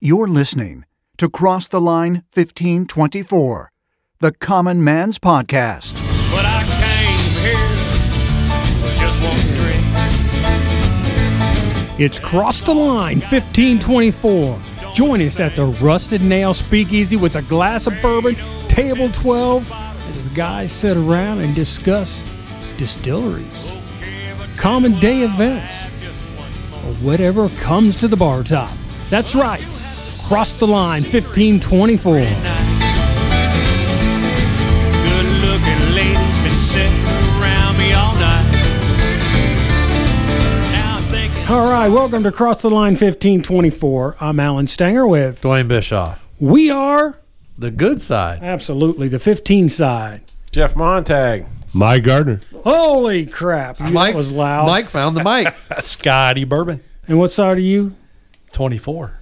You're listening to Cross the Line 1524, the Common Man's Podcast. But I came here for just one drink. It's Cross the Line 1524. Join us at the Rusted Nail Speakeasy with a glass of bourbon, table 12, as the guys sit around and discuss distilleries, common day events, or whatever comes to the bar top. That's right, Cross the Line 1524. Good looking ladies been sitting around me all night. Now I'm thinking. All right, welcome to Cross the Line 1524. I'm Alan Stanger with Dwayne Bischoff. We Are The good side. Absolutely the 15 side. Jeff Montag. My Gardner. Holy crap, that was loud. Mike found the mic. Scotty Bourbon. And what side are you? 24.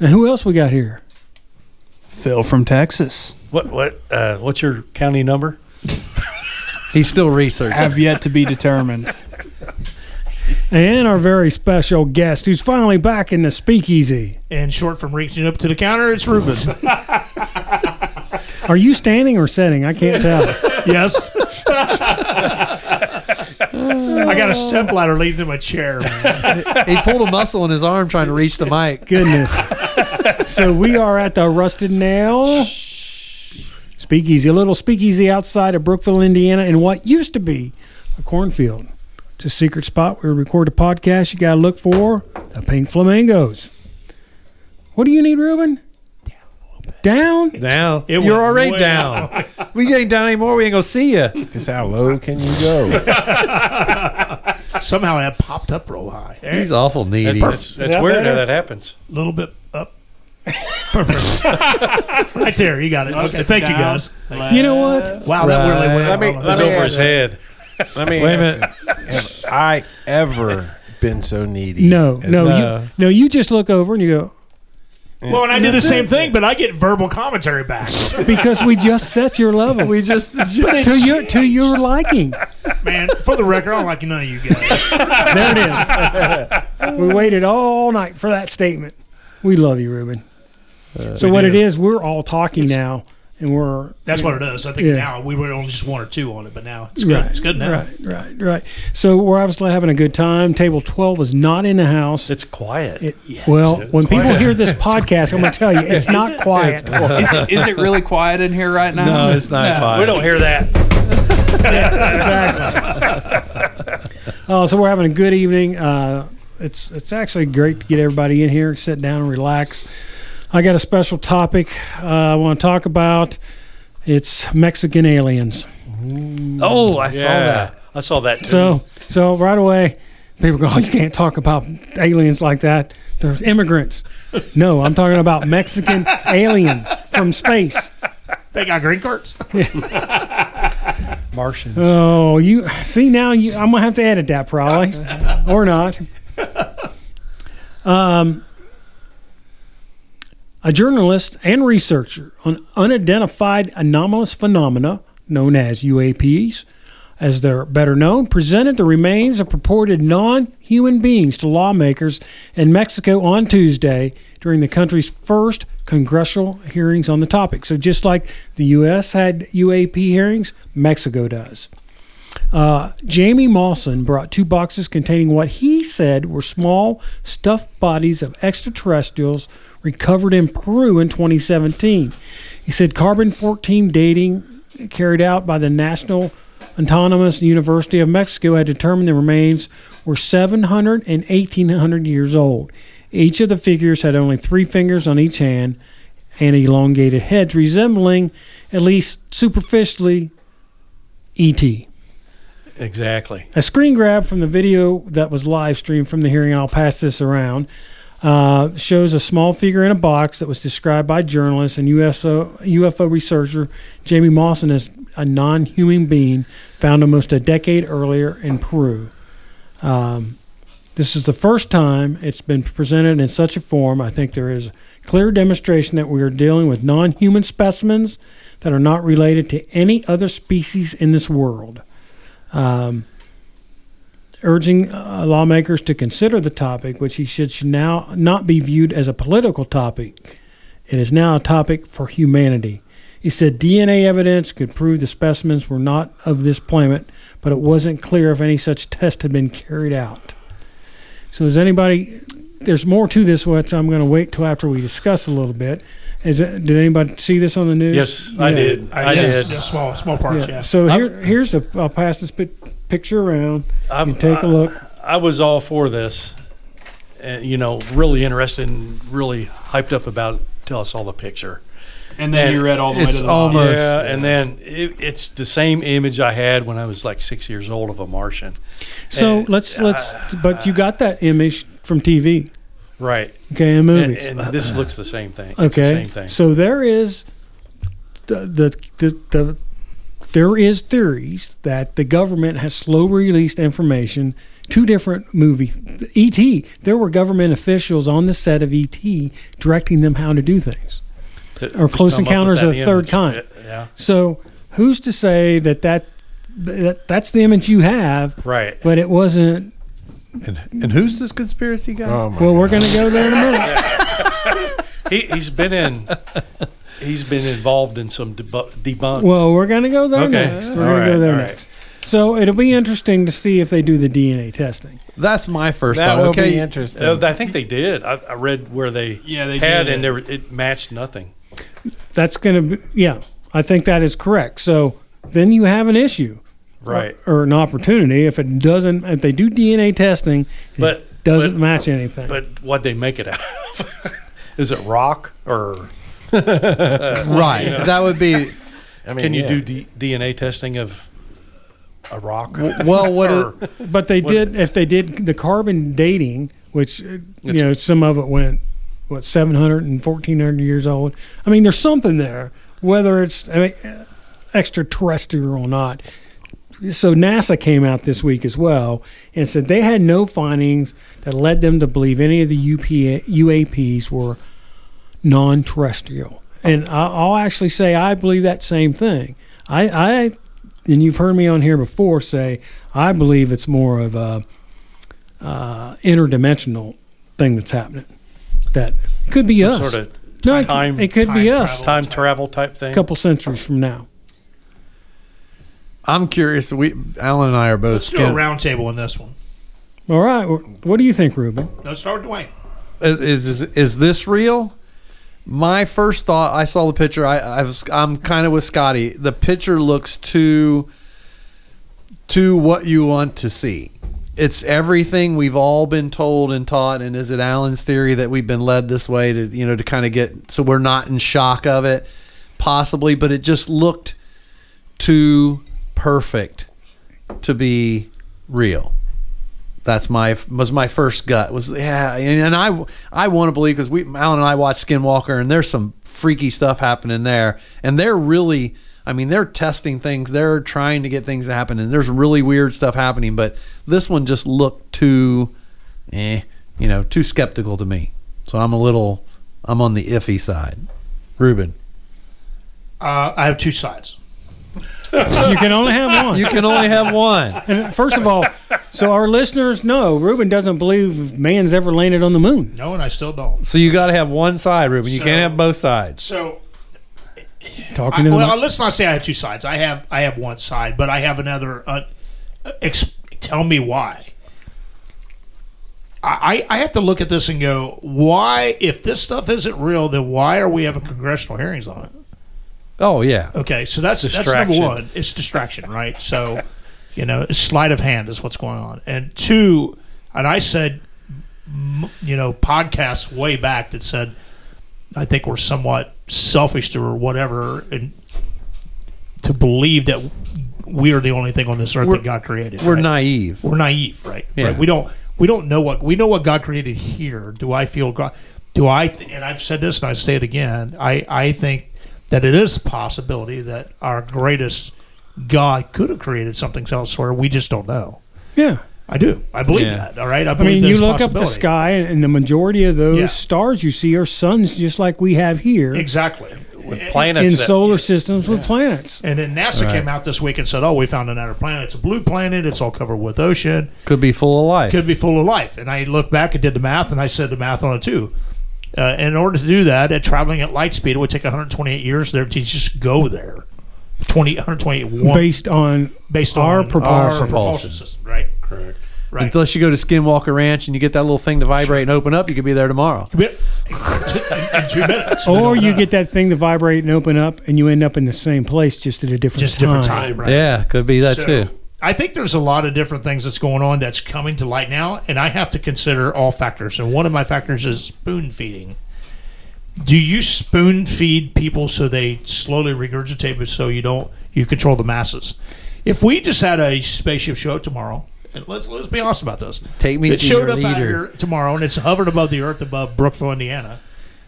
And who else we got here? Phil from Texas. What what uh, what's your county number? He's still researching. Have yet to be determined. And our very special guest who's finally back in the speakeasy. And short from reaching up to the counter, it's Ruben. Are you standing or sitting? I can't tell. yes. I got a step ladder leading to my chair. Man. He pulled a muscle in his arm trying to reach the mic. Goodness. So we are at the Rusted Nail Speakeasy, a little speakeasy outside of Brookville, Indiana, in what used to be a cornfield. It's a secret spot where we record a podcast. You got to look for the Pink Flamingos. What do you need, Ruben? Down? Down. It You're went already way down. we ain't down anymore. We ain't going to see you. Just how low can you go? Somehow that popped up real high. A He's awful needy. That's, that's weird how that happens. little bit up. right there. You got it. Okay. Thank you, guys. You know what? Wow, that really went up. Let me- on us. let It's me over ask his you. head. Let me Wait a ask minute. you, Have I ever been so needy? No, as no, that? No. you, no. You just look over and you Well, and I do the same thing, but I get verbal commentary back. go because we just set your level We just. to your to your liking. Man, for the record, I don't like none of you guys. There it is. We waited all night for that statement. We love you, Ruben. Uh, so what it is, we're all talking now, and we're That's what it is. I think Yeah. now we were only just one or two on it, but now it's good. It's good now. Right, right, right. So we're obviously having a good time. Table twelve is not in the house. It's quiet. It- well, when people hear this podcast, I'm going to tell you it's not quiet. Is it, is it really quiet in here right now? no, it's not fine. we don't hear that. exactly. uh, so we're having a good evening. Uh, it's it's actually great to get everybody in here, sit down and relax. I got a special topic uh, I want to talk about. It's Mexican aliens. Oh, I saw that. I saw that too. So so right away, people go, "Oh, you can't talk about aliens like that. They're immigrants." No, I'm talking about Mexican aliens from space. They got green cards. Martians. Oh, you see now? You, I'm gonna have to edit that probably, or not. Um, a journalist and researcher on unidentified anomalous phenomena, known as UAPs, as they're better known, presented the remains of purported non-human beings to lawmakers in Mexico on Tuesday during the country's first congressional hearings on the topic. So just like the U.S. had UAP hearings, Mexico does. Uh, Jamie Mawson brought two boxes containing what he said were small, stuffed bodies of extraterrestrials recovered in Peru in 2017. He said carbon 14 dating carried out by the National Autonomous University of Mexico had determined the remains were 700 and 1800 years old. Each of the figures had only three fingers on each hand and elongated heads resembling, at least superficially, E ET. Exactly. A screen grab from the video that was live streamed from the hearing, and I'll pass this around, uh, shows a small figure in a box that was described by journalist and USO, UFO researcher Jamie Mawson as a non human being found almost a decade earlier in Peru. Um, this is the first time it's been presented in such a form. I think there is clear demonstration that we are dealing with non human specimens that are not related to any other species in this world. Um, urging uh, lawmakers to consider the topic, which he should, should now not be viewed as a political topic. It is now a topic for humanity. He said DNA evidence could prove the specimens were not of this planet, but it wasn't clear if any such test had been carried out. So, is anybody? There's more to this, which I'm going to wait till after we discuss a little bit. Is it, did anybody see this on the news? Yes, I Yeah. did. I yes, did. yeah, small, small parts. Yeah. So here, here's the. I'll pass this pic- picture around. I'm, You take I- a look. I was all for this, and you know, really interested and really hyped up about. It. Tell us all the picture. And then And you read all the way it's to the almost- bottom. First. Yeah, and then it, it's the same image I had when I was like six years old of a Martian. So And, let's let's. uh, But you got that image from TV, right, okay, and and, movies. Uh, and this looks the same thing. It's the okay, same thing. so there is the the, the the there is theories that the government has slow released information. Two different movie ET. There were government officials on the set of ET directing them how to do things. To- or to Close come up Encounters with of that the Third image. Kind. Yeah, So who's to say that that, that that's the image you have, right. but it wasn't? And, and who's this conspiracy guy? Oh my Well, we're going to go there in a minute. He, he's been in. He's been involved in some debu- debunk. Well, we're going to go there Okay. next. We're All going to go right, there all right. next. So it'll be interesting to see if they do the DNA testing. That's my first That thought. would Okay, be interesting. Uh, I think they did. I, I read where they Yeah, they had, did. and there, it matched nothing. That's going to be yeah. I think that is correct. So then you have an issue, uh, Right. Or, or an opportunity if it doesn't. If they do DNA testing, it But- doesn't but- match anything. But what they make it out of? Is it rock or right. That would be I mean, can you yeah. do D- DNA testing of a rock? well. What? Or- It, But they What- did if they did the carbon dating, which uh, you It's- know some of it went what 700 and 1400 years old. I mean, there's something there, whether it's I mean, uh, extraterrestrial or not. So NASA came out this week as well and said they had no findings that led them to believe any of the UPA, UAPs were non-terrestrial. And I- I'll actually say I believe that same thing. I, I and you've heard me on here before say I believe it's more of a uh, interdimensional thing that's happening. That could be Some us. sort of no, it, time- it could time be us. travel. time travel type thing? A couple centuries from now. I'm curious. We Alan and I are both. Let's do a skin- round table on this one. All right. wh- What do you think, Ruben? Let's start with Dwayne. is, is is this real? My first thought, I saw the picture. I, I was, I'm kind of with Scotty. The picture looks too, to what you want to see. It's everything we've all been told and taught. And is it Alan's theory that we've been led this way to, you know, to kind of get so we're not in shock of it, possibly? But it just looked too perfect to be real. That's my was my first gut was yeah, and, and I I want to believe because we Alan and I watched Skinwalker and there's some freaky stuff happening there, and they're really I mean they're testing things, they're trying to get things to happen, and there's really weird stuff happening, but this one just looked too, eh, you know, too skeptical to me, so I'm a little I'm on the iffy side. Ruben, Uh, I have two sides. You can only have one. you can only have one. And first of all, so our listeners know Ruben doesn't believe man's ever landed on the moon. No, and I still don't. So you got to have one side, Ruben. You So- can't have both sides. So, Talking I, to well, them. let's not say I have two sides. I have I have one side, but I have another. Uh, ex- tell me why. I, I I have to look at this and go, why? If this stuff isn't real, then why are we having congressional hearings on it? Oh yeah, Okay, so that's that's number Distraction. one. It's distraction, right? So, you know, it's sleight of hand is what's going on. And two, and I said, m- you know, podcasts way back that said, I think we're somewhat selfish to or whatever, and to believe that we are the only thing on this earth that God created. we're right? naive. We're naive, right? Yeah. Right. We don't we don't know what we know what God created here. Do I feel God? Do I? And I've said this, and I say it again. I I think that it is a possibility that our greatest God could have created something elsewhere. We just don't know. yeah. I do. I believe Yeah. that. All right. I I believe. mean, you there's look up the possibility. sky, and, and the majority of those Yeah. stars you see are suns, just like we have here. Exactly. with planets in that- solar systems with planets. And then NASA came out this week and said, "Oh, we found another planet. It's a blue planet. It's all covered with ocean. Could be full of life. Could be full of life." And I looked back and did the math, and I said the math on it too. Uh, in order to do that, at traveling at light speed, it would take 128 years there to just go there. 20, 128 one, based, Based on on our propulsion. propulsion. propulsion system, right? Correct. Right. Unless you go to Skinwalker Ranch and you get that little thing to vibrate and open up, you could be there tomorrow. in, in two minutes. We or don't you know. get that thing to vibrate and open up, and you end up in the same place, just at a different just time. different time, right? Yeah, could be that So, too. I think there's a lot of different things that's going on that's coming to light now, and I have to consider all factors. And one of my factors is spoon feeding. Do you spoon feed people so they slowly regurgitate, but so you don't you control the masses? If we just had a spaceship show up tomorrow, and let's let's be honest about this. Take me It to showed your up out leader. here tomorrow, and it's hovered above the earth above Brookville, Indiana.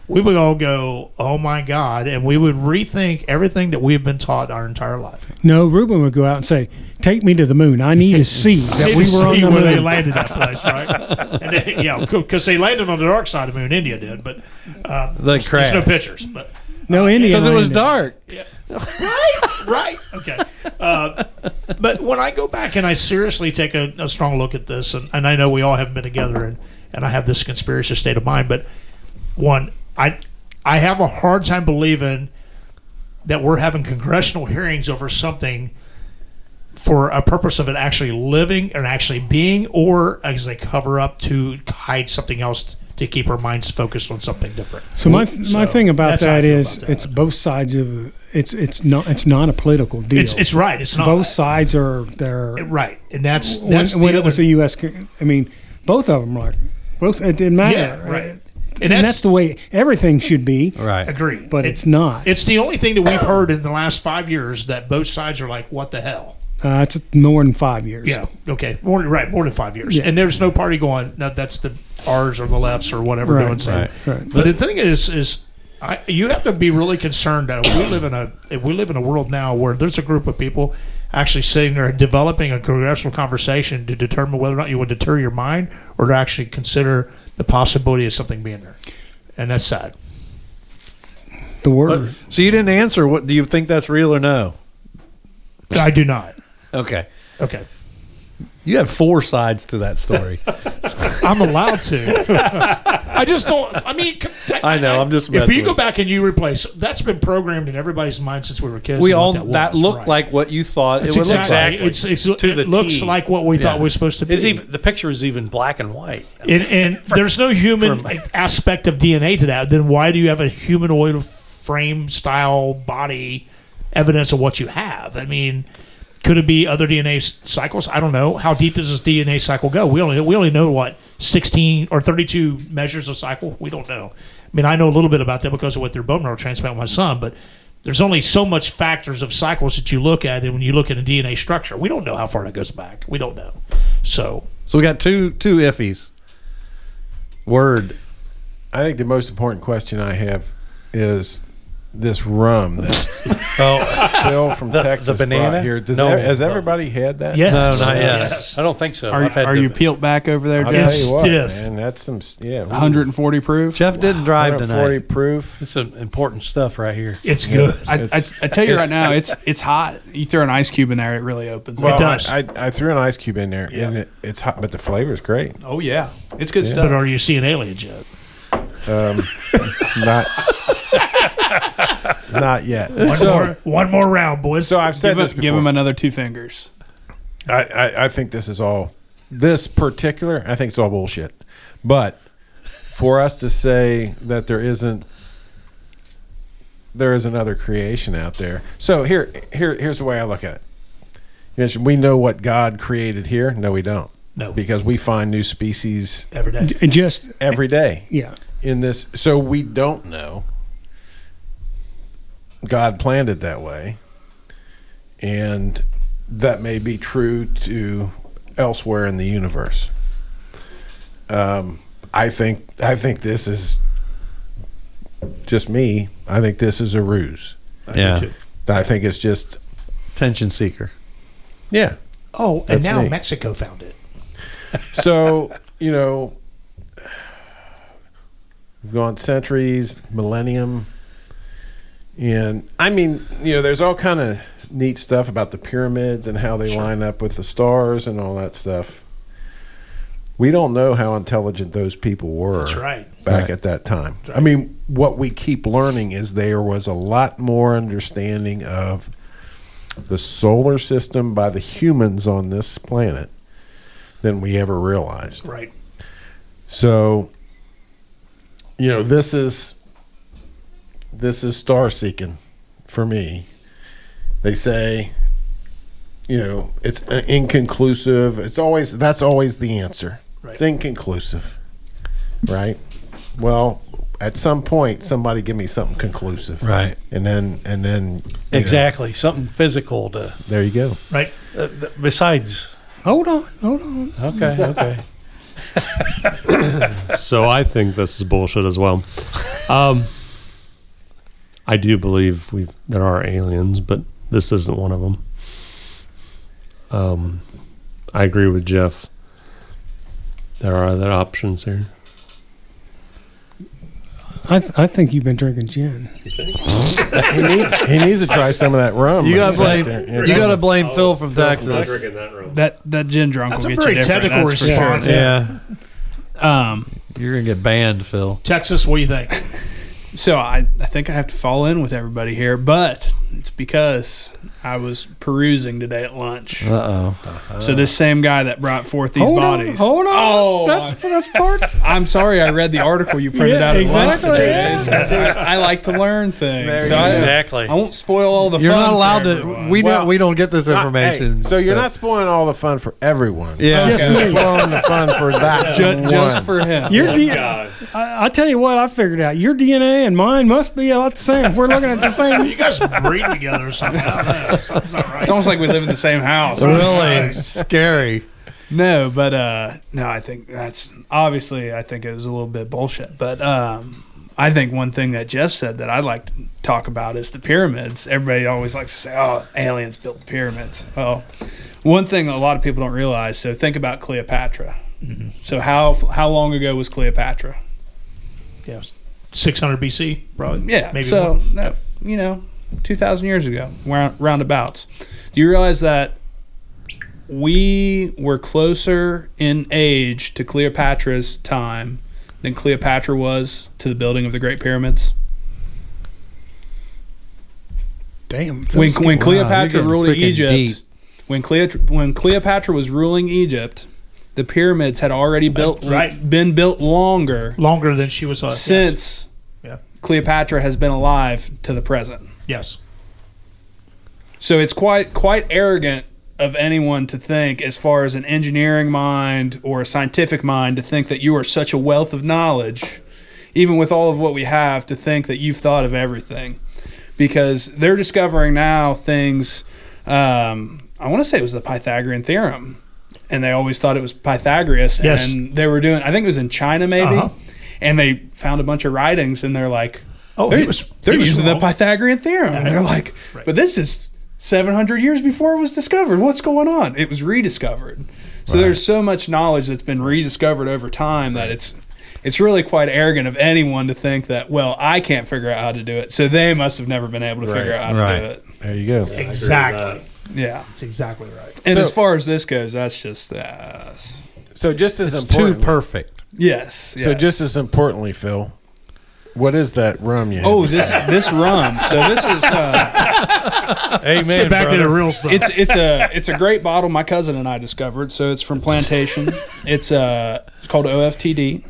We would all go, "Oh my God!" and we would rethink everything that we've been taught our entire life. No, Ruben would go out and say, "Take me to the moon. I need to see that They we didn't were on see the where they moon." landed that place, right? And they, yeah, because they landed on the dark side of the moon. India did, but uh, there's, there's no crash. pictures. But no, Indian. Because it was landing. dark. right, right, okay. Uh, but when I go back and I seriously take a, a strong look at this, and, and I know we all haven't been together, and and I have this conspiracy state of mind, but one, I I have a hard time believing that we're having congressional hearings over something for a purpose of it actually living and actually being, or as a cover up to hide something else to keep our minds focused on something different. So my my So thing about that's how I that feel is about that. it's both sides of it's it's not it's not a political deal. It's it's right. It's not both sides are there. right, and that's When, that's the when it other- was the U.S., con- I mean, both of them like both. It didn't matter. yeah, right. And, that's, the way everything should be. Right. agreed. But It- it's not. It's the only thing that we've heard in the last five years that both sides are like, "What the hell." Uh, it's more than five years. Yeah. Okay. More right. More than five years. Yeah. And there's no party going. No, that's the R's or the lefts or whatever Right, doing so. right, right. But the thing is, is I, you have to be really concerned that we live in a if we live in a world now where there's a group of people actually sitting there developing a congressional conversation to determine whether or not you would deter your mind or to actually consider the possibility of something being there. And that's sad. The word. So you didn't answer. What do you think that's real or no? I do not. Okay. Okay. You have four sides to that story. I'm allowed to. I just don't. I mean, c- I know, I'm just If messing you go with back and you replace, that's been programmed in everybody's mind since we were kids. we what all was, that looked right. like what you thought It's it would look exactly. like. It's, it's, it To the looks T. like what we thought we were supposed to be. Is even the picture is even black and white. and, and there's no human aspect of DNA to that. Then why do you have a humanoid frame style body evidence of what you have? I mean, could it be other DNA s- cycles? I don't know. How deep does this DNA cycle go? We only we only know what 16 or 32 measures a cycle. We don't know. I mean, I know a little bit about that because of what their bone marrow transplant with my son, but there's only so much factors of cycles that you look at, and when you look at a DNA structure, we don't know how far that goes back. We don't know. So So we got two two iffies. Word. I think the most important question I have is this rum that Oh. Phil from Texas banana? brought here. Does No. ev- has everybody had that? yes, No, not yet. Yes. I don't think so. Oh, Are, I've had are the- you peeled back over there, I'll Jeff? tell you what, stiff. man. That's some s- yeah. ooh, 140 proof. Jeff didn't drive 140 tonight. proof. It's some important stuff right here. It's good. I, I, I tell you right now, it's it's hot. You throw an ice cube in there, it really opens. Well, up. does. I, I, I threw an ice cube in there, and it, it's hot, but the flavor's great. Oh yeah, it's good But stuff. are you seeing aliens yet? Not, not yet. One, more, one more round, boys. So I've said Give, this him- before. give him another two fingers. I, I, I think this is all this particular I think it's all bullshit. But for us to say that there isn't there is another creation out there. So here here here's the way I look at it. You mentioned we know what God created here. No, we don't. No. Because we find new species Every day. It just every day yeah. in this so we don't know god planned it that way and that may be true to elsewhere in the universe um, i think i think this is just me i think this is a ruse yeah. i think it's just Attention seeker. yeah Oh, and That's now me. Mexico found it. so you know we've gone centuries millennium And I mean, you know, there's all kind of neat stuff about the pyramids and how they line up with the stars and all that stuff. We don't know how intelligent those people were. That's right. Back Right. at that time. I mean, what we keep learning is there was a lot more understanding of the solar system by the humans on this planet than we ever realized. Right. So, you know, this is this is star seeking for me. They say, you know, it's uh, inconclusive. It's always that's always the answer. It's inconclusive, right? Well, at some point, somebody give me something conclusive, Right. And then and then you know, Exactly. Something physical to. there you go. Right. Uh, th- besides. Hold on, hold on. Okay. Okay. so I think this is bullshit as well. Um, I do believe we have there are aliens, but this isn't one of them. Um, I agree with Jeff. There are other options here. I, th- I think you've been drinking gin. He needs he needs to try some of that rum. You gotta He's right blame. there. You gotta blame Phil from Texas. Drinking that room. That that gin drunk That's will a get very you different. technical that's for sure. response. Yeah, Um, you're gonna get banned, Phil. Texas, what do you think? so I, I think I have to fall in with everybody here, but it's because I was perusing today at lunch. Uh so this same guy that brought forth these hold bodies. on, hold on. Oh, that's that's part. I'm sorry, I read the article you printed Yeah, out at exactly, lunch yeah. today. See, I like to learn things. So I, exactly. I won't spoil all the. oh, you're fun not for allowed to. everyone. We Well, don't. We don't get this Uh, hey, information. so you're not spoiling all the fun for everyone. Yeah. just spoiling the fun for that Ju- one. just for him. Oh, Your D- I, I tell you what, I figured out your DNA and mine must be about the same. If we're looking at the same, You guys breed together or something. I don't know. Something's not right. It's almost like we live in the same house. really scary. No, but uh, no, I think that's obviously. I think it was a little bit bullshit, but um, I think one thing that Jeff said that I'd like to talk about is the pyramids. Everybody always likes to say, "Oh, aliens built the pyramids." Well, one thing a lot of people don't realize. So think about Cleopatra. So how how long ago was Cleopatra? Yeah. 600 BC, probably. Yeah, Maybe so more. no, you know, two thousand years ago, round, roundabouts. Do you realize that we were closer in age to Cleopatra's time than Cleopatra was to the building of the Great Pyramids? damn. When, Phil's- when Wow, you're Cleopatra getting ruled freaking Egypt, deep. when Cleopatra, when Cleopatra was ruling Egypt, the pyramids had already built right. been built longer Longer than she was. Uh, since Yeah. Cleopatra has been alive to the present. Yes. So it's quite quite arrogant of anyone to think, as far as an engineering mind or a scientific mind, to think that you are such a wealth of knowledge, even with all of what we have, to think that you've thought of everything, because they're discovering now things. Um, I want to say it was the Pythagorean theorem, and they always thought it was Pythagoras. Yes. And they were doing, I think it was in China maybe, Uh-huh. and they found a bunch of writings, and they're like, Oh, they're, he was. they're he was using the wrong. Pythagorean theorem. And they're like, Right. but this is 700 years before it was discovered. What's going on? It was rediscovered. So there's so much knowledge that's been rediscovered over time that it's it's really quite arrogant of anyone to think that well I can't figure out how to do it, so they must have never been able to figure out how to Right. do it. There you go. Exactly. Yeah. That's exactly right. And So- as far as this goes, that's just uh, So just as It's too important. perfect. yes. So yes. just as importantly, Phil, what is that rum you? had? oh this this rum. So this is. Uh, Amen. Get back to the real stuff. it's it's a it's a great bottle my cousin and I discovered. So it's from Plantation. It's uh it's called OFTD,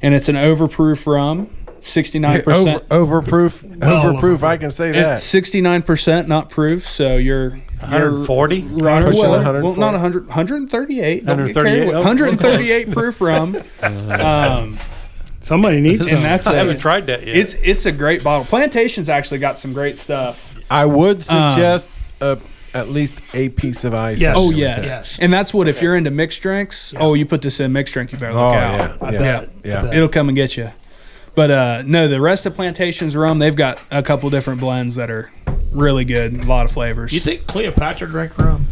and it's an overproof rum, sixty nine over, percent. overproof, overproof. I can say that. Sixty nine percent not proof, so you're you're 140. right. Pushing Well, 140. well, not 100, 138. 138, oh, 138 proof rum, um, somebody needs and some. that's I a- haven't tried that yet. It's it's a great bottle. Plantation's actually got some great stuff. I would suggest uh, at least a piece of ice. Yes. in Oh there. yes, Yes. and that's what if you're into mixed drinks. Oh, you put this in mixed drink, you better look Oh out. yeah. I yeah. bet. Yeah. I bet. it'll come and get you. But uh, no, the rest of Plantation's rum, they've got a couple different blends that are really good, a lot of flavors. You think Cleopatra drank rum?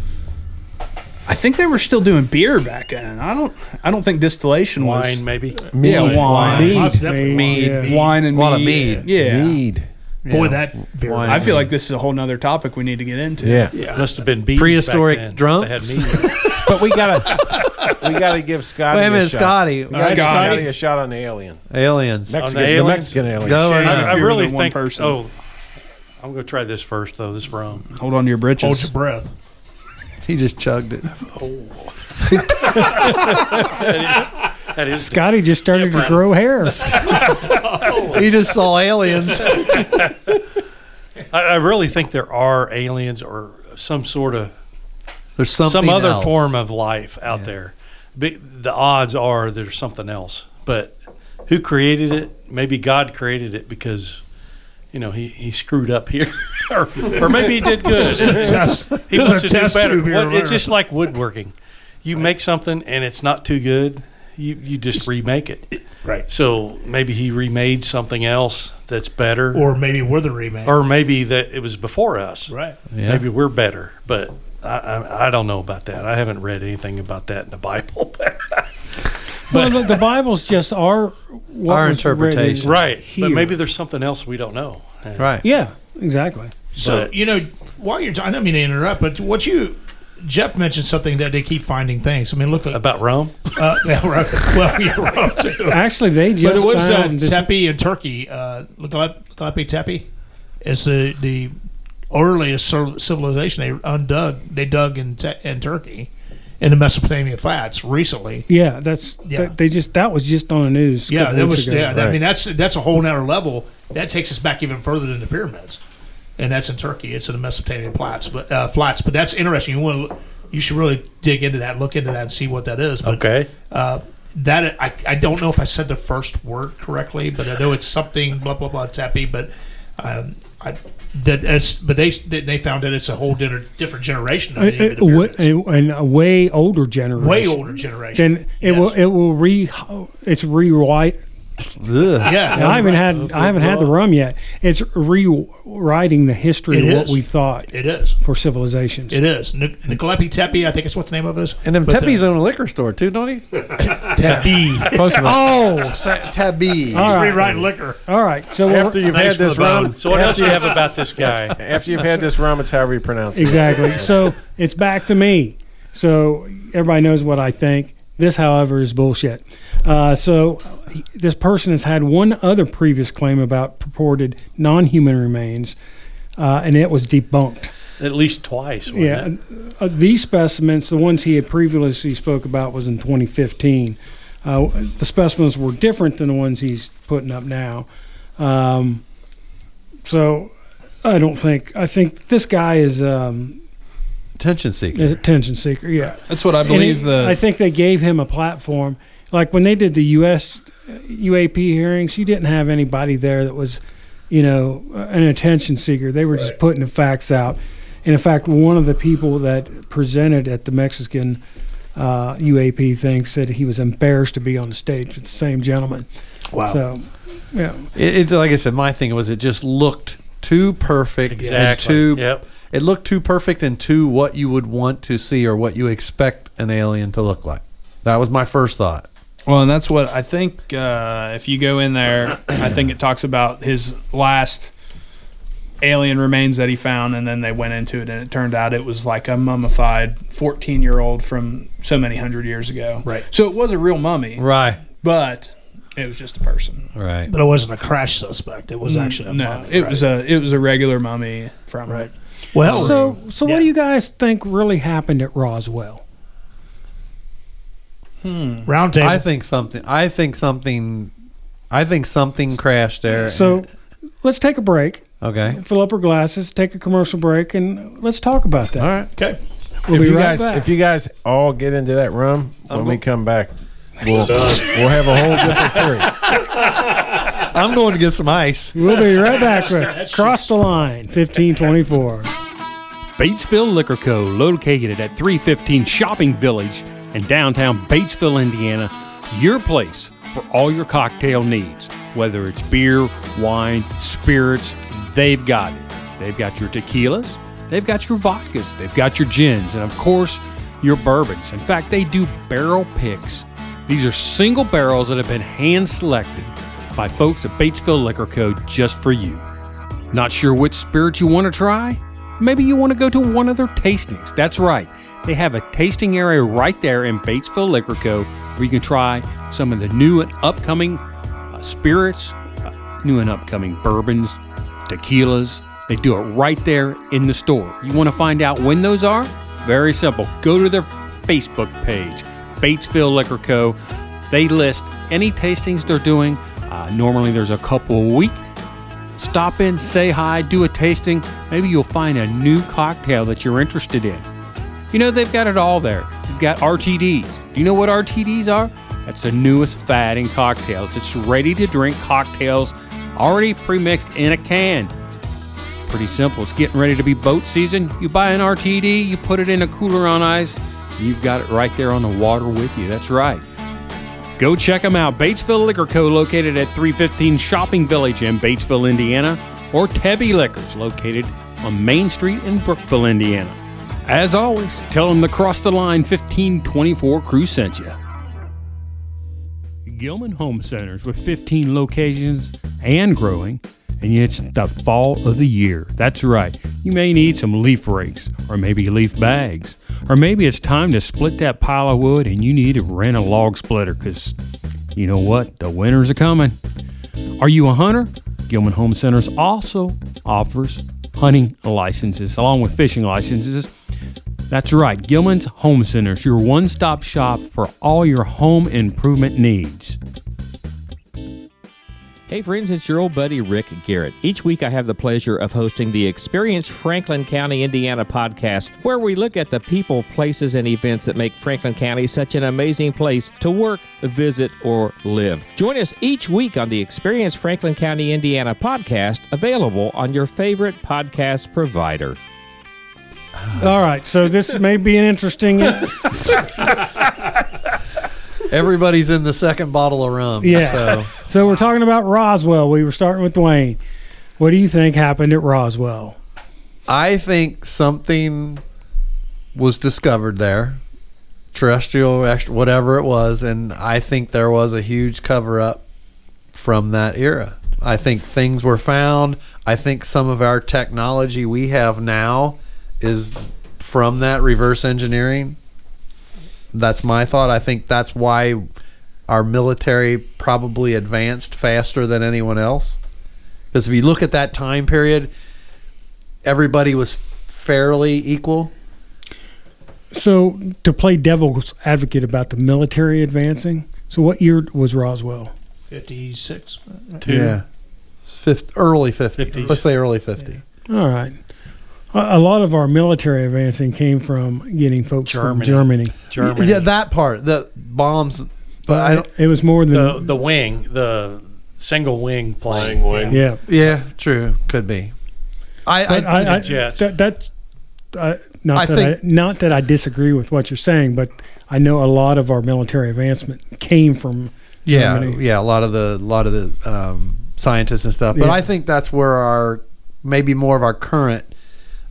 I think they were still doing beer back then. I don't, I don't think distillation was wine, maybe. Yeah, wine, Lots of different Mead. wine. Yeah. wine and A lot of mead. mead. Yeah, Mead. Boy, that very Why- I feel like this is a whole nother topic we need to get into. Yeah, Yeah, must have been bees Prehistoric back then. drunk? They had meat. but we gotta we gotta give Scotty. Wait a minute, shot. Scotty. We gotta give Scotty. Scotty a shot on the alien. Aliens. Mexican, the the, aliens? Mexican alien. Go or Yeah. not? I, I If you were really the one think. person. Oh, I'm gonna try this first though. This wrong. Hold on to your hold britches. your breath. He just chugged it. That is Scotty just started to grow hair. He just saw aliens. I, I really think there are aliens or some sort of There's something some other else. form of life out there. The, the odds are there's something else, but who created it? Maybe God created it because you know he, he screwed up here, or, or maybe he did good. Test. he wants a to do test better. tube here or What- it's whatever. just like woodworking. You make something and it's not too good, you you just remake it. right. So maybe he remade something else that's better, Or maybe we're the remake. or maybe that it was before us. right. Yeah. Maybe we're better, but I, I I don't know about that. I haven't read anything about that in the Bible. well, the, the Bible's just our what Our was written interpretation. right. Here. But maybe there's something else we don't know. uh, And Right. Yeah, exactly. So But- you know, while you're, I don't mean to interrupt, but what you, Jeff mentioned something that they keep finding things. I mean, look at About Rome? uh, yeah, right. well, you're wrong too. Actually, they But just it was uh, found this Tepe in Turkey. Uh, Lagap- Lagapi Tepe is the the earliest civil- civilization they undug. They dug in Te- in Turkey, in the Mesopotamia flats recently. Yeah, that's Yeah. That, they just that was just on the news. a Yeah, couple that weeks was. ago. Yeah, I mean that's that's a whole nother level. That takes us back even further than the pyramids, and that's in Turkey. It's in the Mesopotamian flats, but uh, flats. But that's interesting. You want to, you should really dig into that, look into that, and see what that is. But, Okay. Uh, that I, I don't know if I said the first word correctly, but I know it's something blah blah blah teppy, but um, I that it's, but they they found that it's a whole different different generation. Of the, A- of the a- wa- pyramids. a- Uh, and a way older generation, way older generation. uh, Then it will it will re it's rewrite. Ugh. yeah, I haven't had I haven't had the rum yet. It's rewriting the history It of what is. we thought It is. for civilizations. It is Nic- Nicolepi Tepe. I think it's what's the name of this. And them But, uh, Tepe's own a liquor store too, don't he? Tepe. Close enough. Oh, Tabby. All right, Rewriting liquor. all right. So After we're- you've had Thanks for this the bone. rum, So what else do you have about this guy? after you've had this rum, it's however you pronounce it. exactly. So it's back to me. So everybody knows what I think. This, however, is bullshit. Uh, so he- this person has had one other previous claim about purported non-human remains, uh, and it was debunked. At least twice. wasn't Yeah, it? uh, these specimens, the ones he had previously spoke about, was in 2015. Uh, the specimens were different than the ones he's putting up now. Um, so I don't think I think this guy is um, Attention seeker. an attention seeker. Yeah, That's what I And believe. it- the I think they gave him a platform. Like when they did the uh, U.S. UAP hearings, you didn't have anybody there that was, you know, uh, an attention seeker. They were just putting the facts out. And in fact, one of the people that presented at the Mexican uh, UAP thing said he was embarrassed to be on the stage with the same gentleman. Wow. So, yeah, It, it's like I said, my thing was it just looked too perfect. and Exactly. too, Yep. It looked too perfect and too what you would want to see or what you expect an alien to look like. That was my first thought. Well, and that's what I think. Uh, if you go in there, I think it talks about his last alien remains that he found, and then they went into it, and it turned out it was like a mummified 14 year old from so many hundred years ago. Right. So it was a real mummy, Right. but it was just a person. Right. But it wasn't a crash suspect. It was Mm. actually a no, mummy, it right? was a it was a regular mummy from Right. it. well. so so what Yeah. do you guys think really happened at Roswell? round table. I think something. I think something. I think something crashed there. So, let's take a break. okay. fill up our glasses, take a commercial break, and let's talk about that. All right. okay. We'll if be you right guys, back. if you guys all get into that rum when we come back, we'll we'll have a whole different theory. I'm going to get some ice. we'll be right back. with Cross the line, fifteen twenty-four. Batesville Liquor Co., located at 315 Shopping Village in downtown Batesville, Indiana, your place for all your cocktail needs. Whether it's beer, wine, spirits, they've got it. They've got your tequilas, they've got your vodkas, they've got your gins, and of course, your bourbons. In fact, they do barrel picks. These are single barrels that have been hand selected by folks at Batesville Liquor Co. just for you. Not sure which spirit you want to try? Maybe you want to go to one of their tastings. That's right. They have a tasting area right there in Batesville Liquor Co. where you can try some of the new and upcoming uh, spirits, uh, new and upcoming bourbons, tequilas. They do it right there in the store. You want to find out when those are? Very simple. Go to their Facebook page, Batesville Liquor Co. They list any tastings they're doing. Uh, normally, there's a couple a week. Stop in, say hi, do a tasting. Maybe you'll find a new cocktail that you're interested in. You know, they've got it all there. They've got RTDs. Do you know what RTDs are? That's the newest fad in cocktails. It's ready to drink cocktails already pre mixed in a can. Pretty simple. It's getting ready to be boat season. You buy an RTD, you put it in a cooler on ice, and you've got it right there on the water with you. That's right. Go check them out. Batesville Liquor Co. located at 315 Shopping Village in Batesville, Indiana, or Tebby Liquors located on Main Street in Brookville, Indiana. As always, tell them the Cross the Line 1524 crew sent you. Gilman Home Centers with 15 locations and growing, and it's the fall of the year. That's right. You may need some leaf rakes or maybe leaf bags. Or maybe it's time to split that pile of wood and you need to rent a log splitter because you know what? The winters are coming. Are you a hunter? Gilman Home Centers also offers hunting licenses along with fishing licenses. That's right, Gilman's Home Centers, your one stop shop for all your home improvement needs. Hey friends, it's your old buddy Rick Garrett. Each week I have the pleasure of hosting the Experience Franklin County, Indiana podcast, where we look at the people, places, and events that make Franklin County such an amazing place to work, visit, or live. Join us each week on the Experience Franklin County, Indiana podcast, available on your favorite podcast provider. All right, so this may be an interesting. Everybody's in the second bottle of rum. Yeah. So So we're talking about Roswell. We were starting with Dwayne. What do you think happened at Roswell? I think something was discovered there, terrestrial, extra, whatever it was, and I think there was a huge cover up from that era. I think things were found. I think some of our technology we have now is from that reverse engineering. That's my thought. I think that's why our military probably advanced faster than anyone else. Because if you look at that time period, everybody was fairly equal. So to play devil's advocate about the military advancing. So what year was Roswell? 56. Two. Fifth, early 50s. let Let's say early 50. All right. A a lot of our military advancing came from getting folks from Germany. Germany. Germany. Yeah, that part, the bombs. But But I don't, it was more than the the wing, the single wing plane. Wing, wing. yeah. yeah, true. Could be. I, But I, I, I, Jets. that, that's uh, not I that I, think- not that I disagree with what you're saying, but I know a lot of our military advancement came from yeah, Germany. yeah. A lot of the, lot of the um, scientists and stuff. But Yeah. I think that's where our maybe more of our current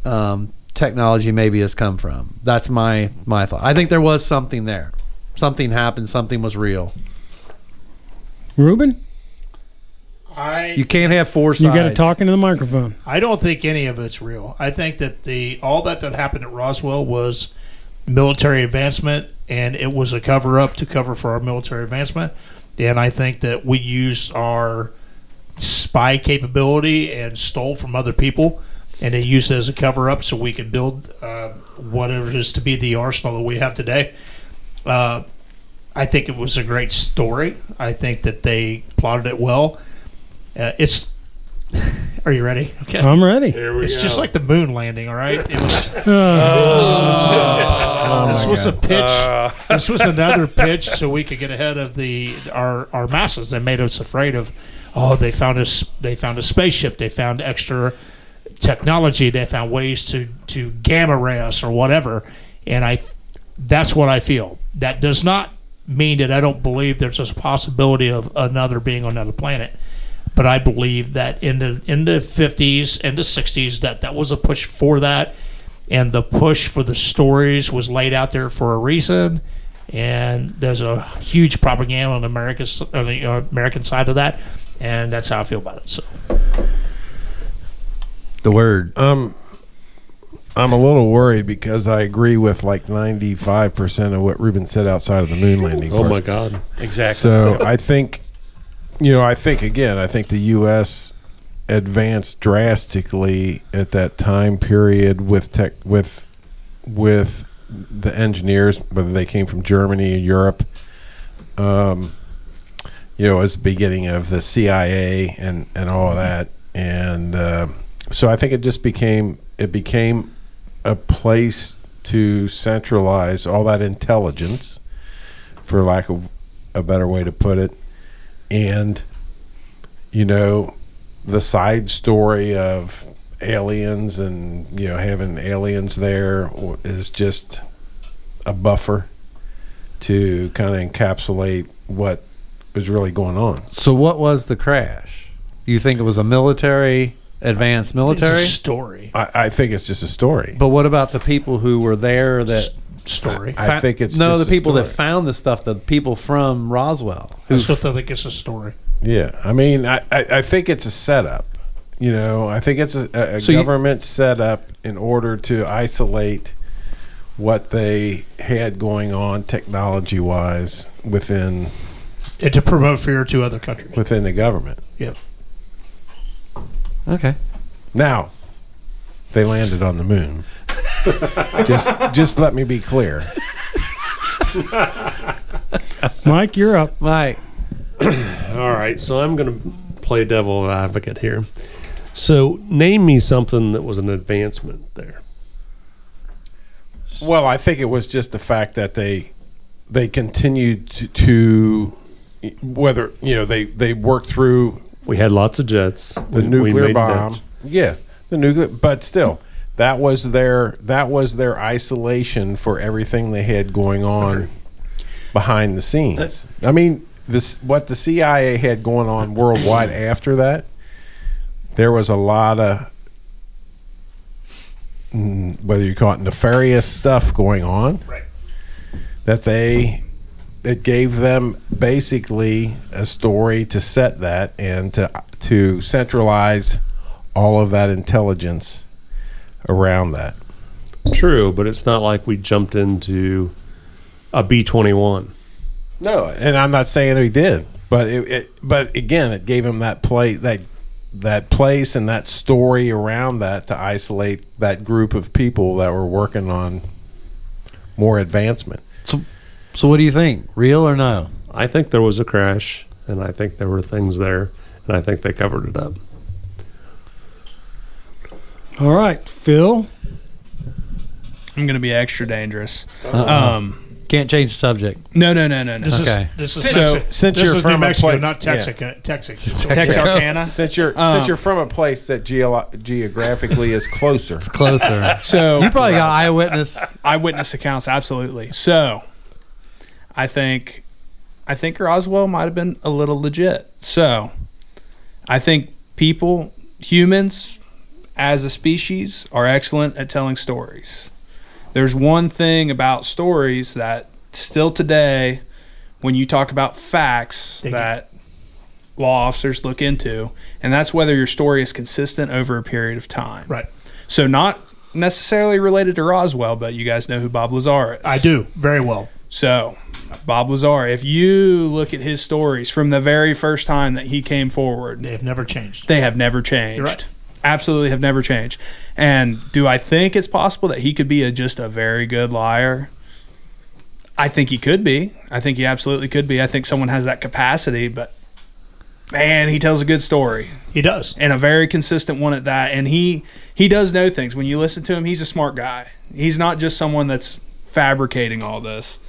um, technology maybe has come from. That's my my thought. I think there was something there. Something happened. Something was real. Reuben. You can't have four sides. You got to talk into the microphone. I don't think any of it's real. I think that the all that that happened at Roswell was military advancement, and it was a cover up to cover for our military advancement. And I think that we used our spy capability and stole from other people, and they used it as a cover up so we could build uh, whatever it is to be the arsenal that we have today. Uh, I think it was a great story. I think that they plotted it well. Uh, it's. Are you ready? Okay I'm ready. it's just like the moon landing, all right? It was, this was a pitch. this was another pitch so we could get ahead of the our, our masses. They made us afraid of. Oh, they found us. They found a spaceship. They found extra technology. They found ways to to gamma ray us or whatever. And I, that's what I feel. That does not mean that I don't believe there's a possibility of another being on another planet but I believe that in the in the fifties and the sixties that that was a push for that, and the push for the stories was laid out there for a reason, and there's a huge propaganda on America's on the uh, American side of that, and that's how I feel about it. So the word. Um, I'm a little worried because I agree with like 95% of what Ruben said outside of the moon landing. Oh part. my God! Exactly. So I think, you know, I think again, I think the U.S. advanced drastically at that time period with tech with with the engineers, whether they came from Germany or Europe. Um, you know, as the beginning of the CIA and and all of that, and uh, so I think it just became it became a place to centralize all that intelligence, for lack of a better way to put it, and you know, the side story of aliens and you know having aliens there is just a buffer to kind of encapsulate what was really going on. So what was the crash? You think it was a military, advanced military? It's a story. I, I think it's just a story. but what about the people who were there that S- story. I think it's no just the a people that story. found the stuff, the people from Roswell. I still think it's a story. Yeah, I mean, I, I, I think it's a setup. You know, I think it's a, a, a So you- government setup in order to isolate what they had going on technology wise within And to promote fear to other countries. within the government. Yep. Okay. Now, they landed on the moon. just just let me be clear. Mike, you're up. Mike. All right, so I'm going to play devil advocate here. So name me something that was an advancement there. Well, I think it was just the fact that they they continued to, to whether you know they they worked through We had lots of jets. the We- we nuclear made bomb. jets. Yeah, the nuclear. But still, that was their that was their isolation for everything they had going on behind the scenes. I mean, this what the CIA had going on worldwide after that. There was a lot of mm, whether you call it nefarious stuff going on. Right. That they it gave them basically a story to set that and to to centralize all of that intelligence around that. True, but it's not like we jumped into a B twenty one. No, and I'm not saying he did, but it, it but again, it gave him that play that that place and that story around that to isolate that group of people that were working on more advancement. So what do you think? Real or no? I think there was a crash, and I think there were things there, and I think they covered it up. All right, Phil. I'm gonna be extra dangerous. Um, Can't change the subject. no, no, no, no, no. This Okay. is this is So, Mexi- since this you're is from New a Mexico, place- not yeah. Texas. Texas. Texarkana. Since you're since you're from a place that geolo- geographically is closer, Closer. So you probably got eyewitness. eyewitness accounts absolutely so i think i think roswell might have been a little legit so i think people humans as a species are excellent at telling stories there's one thing about stories that still today when you talk about facts Dig it. that law officers look into and that's whether your story is consistent over a period of time Right. so not necessarily related to Roswell, but you guys know who Bob Lazar is. I do very well. So, Bob Lazar, if you look at his stories from the very first time that he came forward, They have never changed. they have never changed. right. Absolutely have never changed. And do I think it's possible that he could be a, just a very good liar? I think he could be. I think he absolutely could be. I think someone has that capacity, but man, he tells a good story He does. and a very consistent one at that. And he he does know things. When you listen to him, he's a smart guy. He's not just someone that's fabricating all this.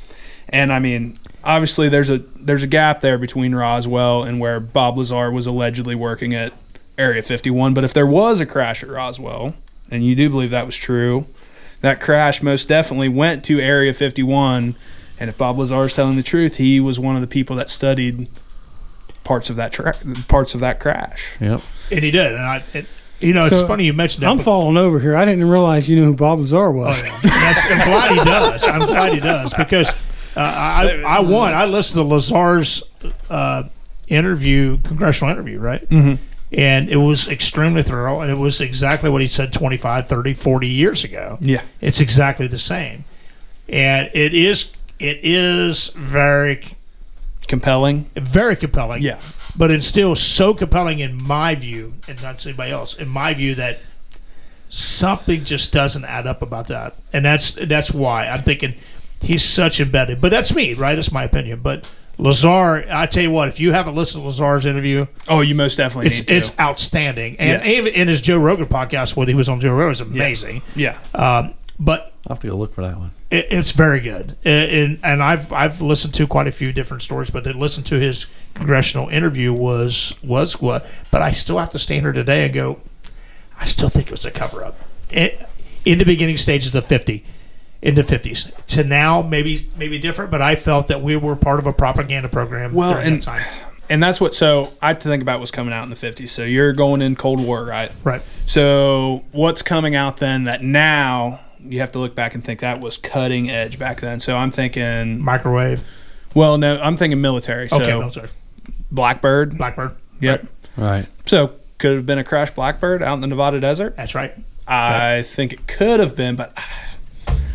And I mean, obviously there's a there's a gap there between Roswell and where Bob Lazar was allegedly working at Area 51. But if there was a crash at Roswell, and you do believe that was true, that crash most definitely went to Area 51. And if Bob Lazar is telling the truth, he was one of the people that studied parts of that tra- parts of that crash. And he did. And I. It, you know, it's So, funny you mentioned that. I'm but- falling over here. I didn't realize you knew who Bob Lazar Oh, was. yeah. That's, I'm glad he does. I'm glad he does because uh, I, I won. I listened to Lazar's uh, interview, congressional interview, right? Mm-hmm. And it was extremely thorough. And it was exactly what he said 25, 30, 40 years ago. Yeah. It's exactly the same. And it is it is very Compelling. very compelling. Yeah. But it's still so compelling in my view, and not anybody else, in my view that something just doesn't add up about that. And that's that's why I'm thinking he's such embedded. But that's me, right? That's my opinion. But Lazar, I tell you what, if you haven't listened to Lazar's interview, Oh, you most definitely it's need to. it's outstanding. And Yes. even in his Joe Rogan podcast, when he was on Joe Rogan, is amazing. yeah. Um, but I'll have to go look for that one. it, it's very good, and, and and I've I've listened to quite a few different stories, but to listen to his congressional interview was was what. But I still have to stand here today and go. I still think it was a cover up. It, in the beginning stages of fifty, in the fifties to now, maybe maybe different. But I felt that we were part of a propaganda program. Well, during and that time. and that's what. So I had to think about what's coming out in the '50s. So you're going in Cold War, right? Right. So what's coming out then? That now you have to look back and think that was cutting edge back then. So I'm thinking. microwave. Well, no, I'm thinking military. So Okay, military. Blackbird. Blackbird. Yep. Right. So could have been a crashed Blackbird out in the Nevada desert. That's right. I think it could have been, but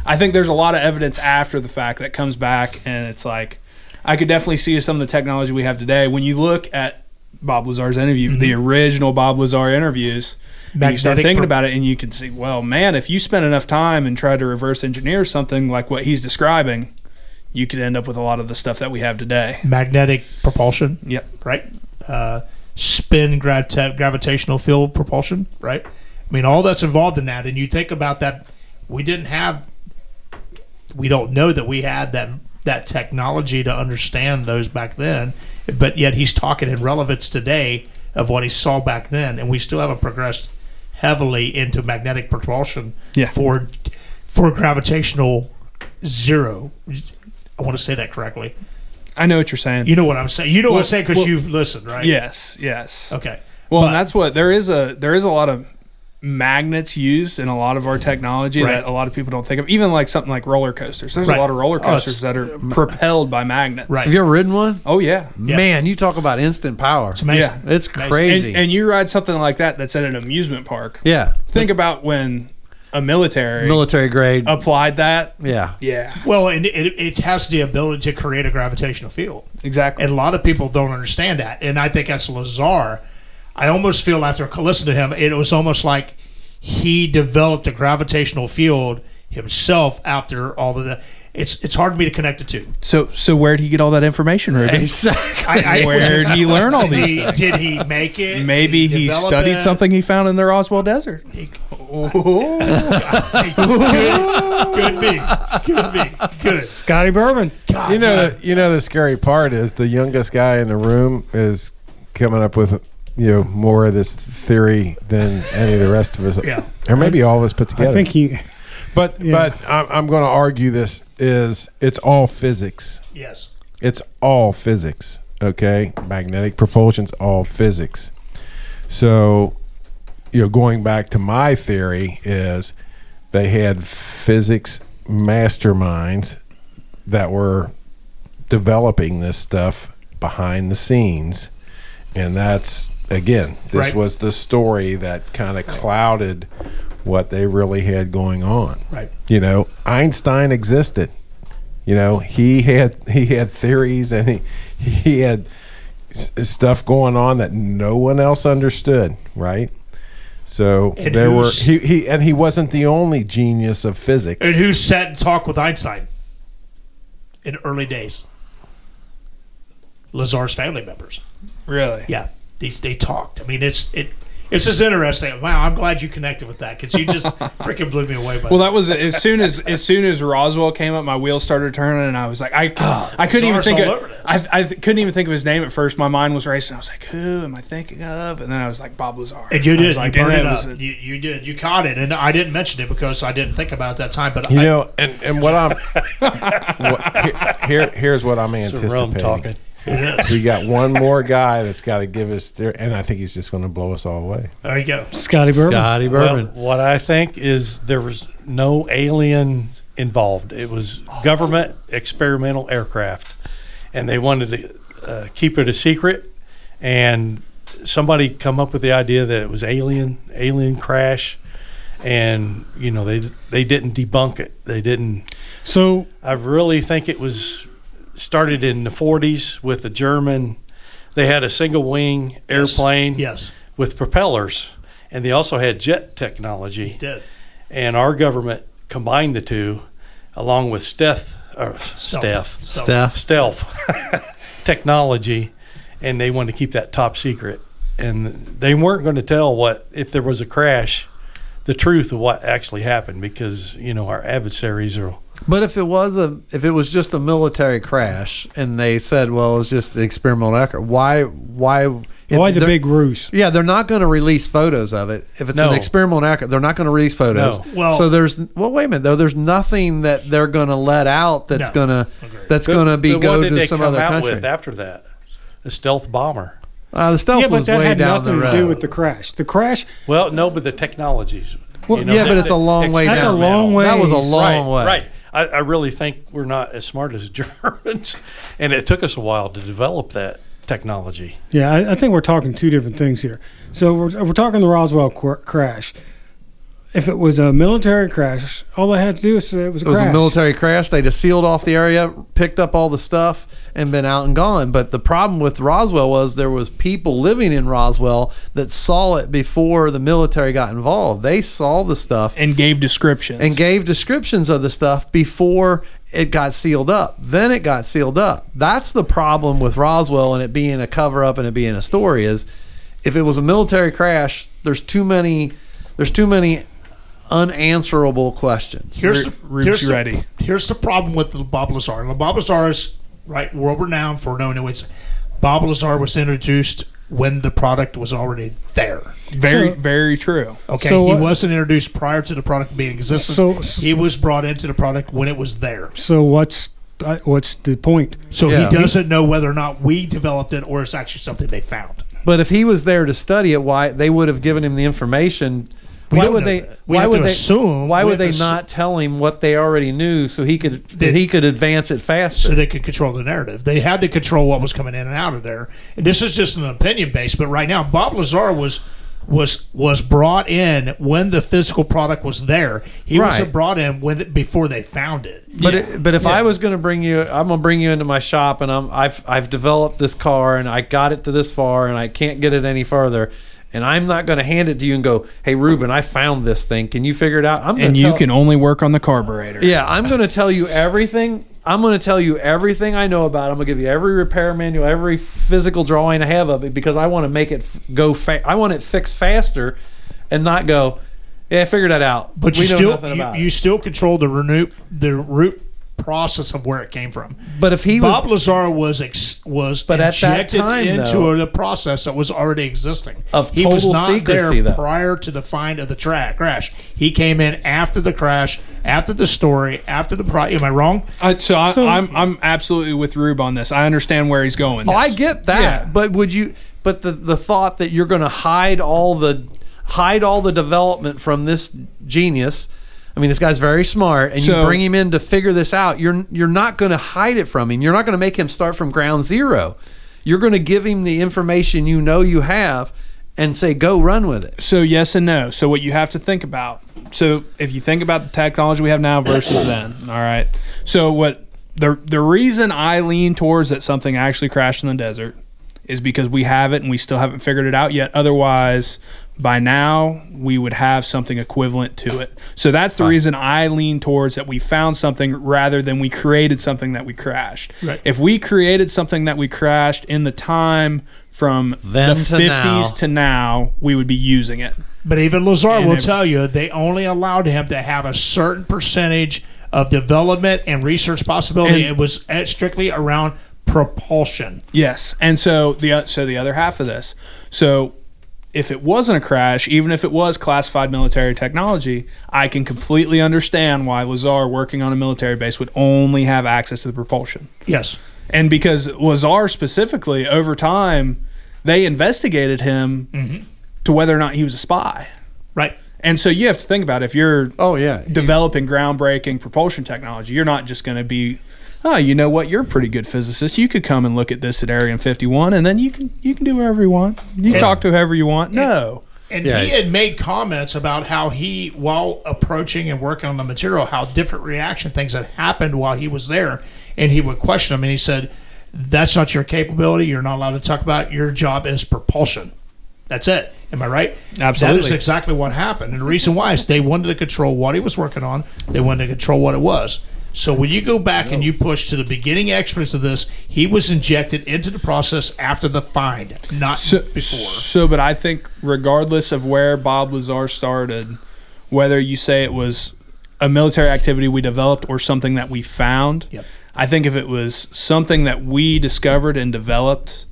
I think there's a lot of evidence after the fact that comes back, and it's like I could definitely see some of the technology we have today. When you look at Bob Lazar's interview, the original Bob Lazar interviews, and you start Mm-hmm. Magnetic thinking pro- about it, and you can see, well, man, if you spend enough time and try to reverse engineer something like what he's describing, you could end up with a lot of the stuff that we have today. Magnetic propulsion. Yep. right? Uh, spin gravita- gravitational field propulsion, right? I mean, all that's involved in that. And you think about that, we didn't have, we don't know that we had that that technology to understand those back then. But yet he's talking in relevance today of what he saw back then, and we still haven't progressed heavily into magnetic propulsion Yeah. for for gravitational zero. I want to say that correctly. I know what you're saying. You know what I'm saying. You know what I'm Well, saying because well- you've listened, right? yes, yes. Okay. Well, But- and that's what there is a there is a lot of magnets used in a lot of our technology Right. that a lot of people don't think of. Even like something like roller coasters. There's Right. a lot of roller Oh, it's- coasters that are propelled by magnets. Right. Have you ever ridden one? Oh yeah. Man, you talk about instant power. It's, It's amazing. Yeah. crazy. And, and you ride something like that that's at an amusement park. yeah. Think about when a military Military grade. applied that. yeah. Yeah. Well, and it, it has the ability to create a gravitational field. Exactly. And a lot of people don't understand that. And I think that's Lazar. I almost feel after listening to him, it was almost like he developed a gravitational field himself after all of the. It's, it's hard for me to connect the two. so so where'd he get all that information, Ruben? Exactly. I, I, Where'd he learn all Did these he- things? Did he make it? Maybe Did he develop studied it? oh, something he found in the Roswell Desert. Could be. Could be. Good. Scotty Bourbon. God, You know, you know the scary part is the youngest guy in the room is coming up with you know more of this theory than any of the rest of us. Yeah. or maybe all of us put together. I think he. but but I'm, I'm going to argue this is it's all physics. Yes. It's all physics. Okay, magnetic propulsion's all physics. So, you know, going back to my theory is they had physics masterminds that were developing this stuff behind the scenes. And that's again, this Right. was the story that kind of clouded what they really had going on. Right. You know, Einstein existed. You know, he had he had theories and he he had s- stuff going on that no one else understood, right? So And there were who's- he, he and he wasn't the only genius of physics. And who sat and talked with Einstein in early days? Lazar's family members. Really? Yeah, they, they talked. I mean, it's it it's just interesting. Wow, I'm glad you connected with that because you just freaking blew me away. By Well, that was as soon as as soon as Roswell came up, my wheels started turning, and I was like, I, I couldn't even Czar's think Ah, all of over this. I, I th- couldn't even think of his name at first. My mind was racing. I was like, who am I thinking of? And then I was like, Bob Lazar. and you I was did. like, you and burned it that was up. You, you did. You caught it, and I didn't mention it because I didn't think about it that time. But You I, know, and, and what I'm what, here, here here's what I'm It's a rum anticipating. talking. it is. We got one more guy that's got to give us their, and I think he's just going to blow us all away. there you go. Scotty Bourbon. Scotty Bourbon. Well, what I think is there was no alien involved. It was government experimental aircraft, and they wanted to uh, keep it a secret. And somebody come up with the idea that it was alien alien crash, and you know they they didn't debunk it. They didn't. So I really think it was started in the 40s with the German. They had a single wing airplane Yes. with propellers, and they also had jet technology Did. and our government combined the two, along with Steth, or Stealth. Steph, Stealth. Staff. stealth technology, and they wanted to keep that top secret. And they weren't going to tell what if there was a crash, the truth of what actually happened, because you know our adversaries are. But if it was a, if it was just a military crash, and they said, well, it was just an experimental aircraft. Why? Why? why if the they're- big ruse? Yeah, they're not going to release photos of it. If it's No. an experimental aircraft, they're not going to release photos. No. Well- so there's well, wait a minute though. There's nothing that they're going to let out that's No. going to Agreed. that's going to be The go one that to they some come other out country. with after that, the stealth bomber. Uh, the stealth Yeah, but was that way had down the nothing to road. do with the crash. The crash. Well, no, but the technologies. Well, yeah, but it's a long way That's a down. long way. That was a ways. long right, way. Right. I, I really think we're not as smart as Germans, and it took us a while to develop that technology. Yeah, I, I think we're talking two different things here. So we're, we're talking the Roswell cor- crash. If it was a military crash, all they had to do is say it was a It was crash. a military crash. They just sealed off the area, picked up all the stuff, and been out and gone. But the problem with Roswell was there was people living in Roswell that saw it before the military got involved. They saw the stuff and gave descriptions. and gave descriptions of the stuff before it got sealed up. Then it got sealed up. That's the problem with Roswell and it being a cover up and it being a story is if it was a military crash, there's too many there's too many unanswerable questions. Here's Ru- the, Rube's here's, ready. The, here's the problem with the Bob Lazar. And Bob Lazar is right world renowned for knowing it's Bob Lazar was introduced when the product was already there. very, So- very true. Okay, So he what- wasn't introduced prior to the product being in existence. So- he was brought into the product when it was there. So what's uh, what's the point? So Yeah. he doesn't know whether or not we developed it or it's actually something they found. But if he was there to study it, why they would have given him the information? We why don't would know they? that. We why have would to they assume. Why We have would they to assu- not tell him what they already knew so he could that, That- he could advance it faster? so they could control the narrative. They had to control what was coming in and out of there. And this is just an opinion base, but right now Bob Lazar was was was brought in when the physical product was there. He Right. wasn't brought in when before they found it. But it, but if I was going to bring you, I'm going to bring you into my shop, and I'm I've I've developed this car, and I got it to this far, and I can't get it any further. And I'm not going to hand it to you and go, "Hey, Ruben, I found this thing. Can you figure it out?" I'm gonna And you tell- can only work on the carburetor. Yeah, I'm going to tell you everything. I'm going to tell you everything I know about. it. I'm going to give you every repair manual, every physical drawing I have of it because I want to make it f- go fa- I want it fixed faster and not go, yeah, figure that out. But we you know still nothing you, about you it. still control the renew the root process of where it came from. But if he Bob was Lazar was ex, was But at that injected time, into though- the process that was already existing. Of he was total not secrecy, there though. prior to the find of the tra- crash. He came in after the crash, after the story, after the pro. Am I wrong? I, so, I, So- I'm I'm absolutely with Rube on this. I understand where he's going. Oh, I get that. Yeah. But would you? But the the thought that you're going to hide all the hide all the development from this genius. I mean, this guy's very smart, and So- you bring him in to figure this out. You're you're not going to hide it from him. You're not going to make him start from ground zero. You're going to give him the information you know you have, and say, "Go run with it." So yes and no. So what you have to think about. So if you think about the technology we have now versus then, all right. So what the the reason I lean towards that something actually crashed in the desert is because we have it and we still haven't figured it out yet. Otherwise, by now we would have something equivalent to it. So that's the reason I lean towards that we found something rather than we created something that we crashed. Right. If we created something that we crashed in the time from Then the to 50s now. to now, we would be using it. But even Lazar And will it- tell you they only allowed him to have a certain percentage of development and research possibility. And- it was uh, strictly around propulsion. Yes, and so the o- so the other half of this, so if it wasn't a crash, even if it was classified military technology, I can completely understand why Lazar working on a military base would only have access to the propulsion, Yes. and because Lazar specifically over time, they investigated him Mm-hmm. to whether or not he was a spy, Right. and so you have to think about if you're Oh yeah, developing groundbreaking propulsion technology. You're not just going to be oh, you know what? You're a pretty good physicist. You could come and look at this at Area 51, and then you can you can do whatever you want. You can talk to whoever you want. No. And Yeah. he had made comments about how he, while approaching and working on the material, how different reaction things had happened while he was there, and he would question them. And he said, "That's not your capability. You're not allowed to talk about. it. Your job is propulsion. That's it. Am I right? Absolutely. That is exactly what happened. And the reason why is they wanted to control what he was working on. They wanted to control what it was. So when you go back and you push to the beginning experts of this, he was injected into the process after the find, not So, before. so, but I think regardless of where Bob Lazar started, whether you say it was a military activity we developed or something that we found, Yep. I think if it was something that we discovered and developed,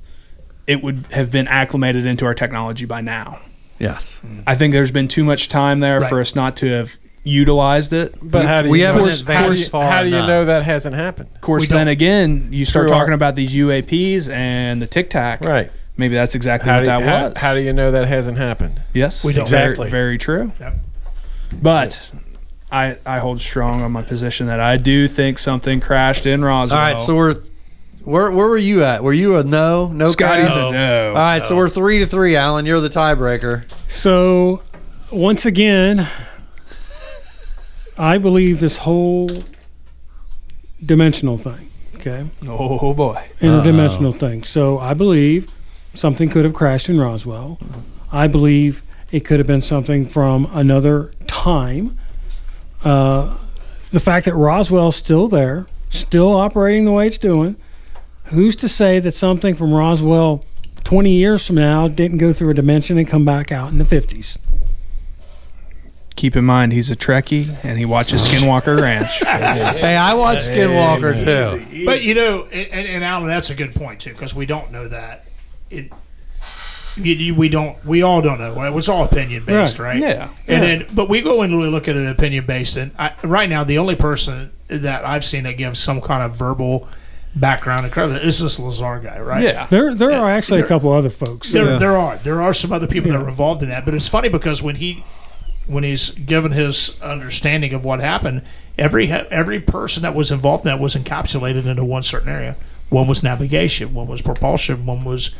it would have been acclimated into our technology by now. Yes. I think there's been too much time there Right. for us not to have utilized it. But how do you We know- haven't Course- advanced how do you- far how do you enough. know that hasn't happened? Of course, don't- then again, you start Through our- talking about these UAPs and the Tic Tac. Right. Maybe that's exactly How what do, you, that how, was. how do you know that hasn't happened? Yes, We don't. Very- Exactly. Very, true. Yep. But I I hold strong on my position that I do think something crashed in Roswell. All right, so we're where where were you at? Were you a no? No, Scotty's Kyle? a no. All right, so we're three to three. Alan, you're the tiebreaker. So, once again, I believe this whole dimensional thing, okay? oh boy, Interdimensional thing. So, I believe something could have crashed in Roswell. I believe it could have been something from another time. Uh, the fact that Roswell's still there, still operating the way it's doing, who's to say that something from Roswell 20 years from now didn't go through a dimension and come back out in the 50s? keep in mind he's a Trekkie and he watches Skinwalker Ranch. Hey, I watch Skinwalker too. But you know, and, and- and Alan, that's a good point too, because we don't know that. It, you- you- we don't. We all don't know. Well, It's all opinion based, Right. right? Yeah. And then, but we go and really look at it opinion based. And I, right now, the only person that I've seen that gives some kind of verbal background and credit is this Lazar guy, right? yeah, There, there are actually a couple other folks. There, there are there are some other people that are involved in that, but it's funny because when he when he's given his understanding of what happened, every every person that was involved in that was encapsulated into one certain area. One was navigation, one was propulsion, one was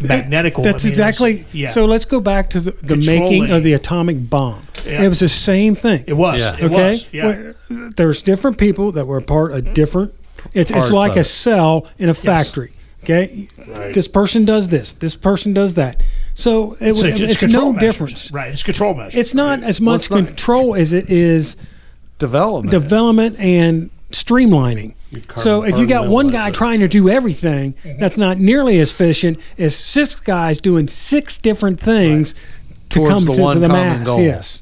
magnetic. I mean, That's it's- exactly. yeah. So let's go back to the, the Controlling. making of the atomic bomb. Yeah. It was the same thing. it was. Yeah. It okay. was. Yeah. Well, There's different people that were part of different. It's, it's Parts like of a it. cell in a factory. Okay. This person does this. This person does that. So it, So it's, it's, control no measures. difference. right? It's control measures. It's not as much it's not- control as it is Development. development and streamlining. So if you got one guy trying to do everything, Mm-hmm. that's not nearly as efficient as six guys doing six different things to Towards come the to to one the common mass. goal. Yes.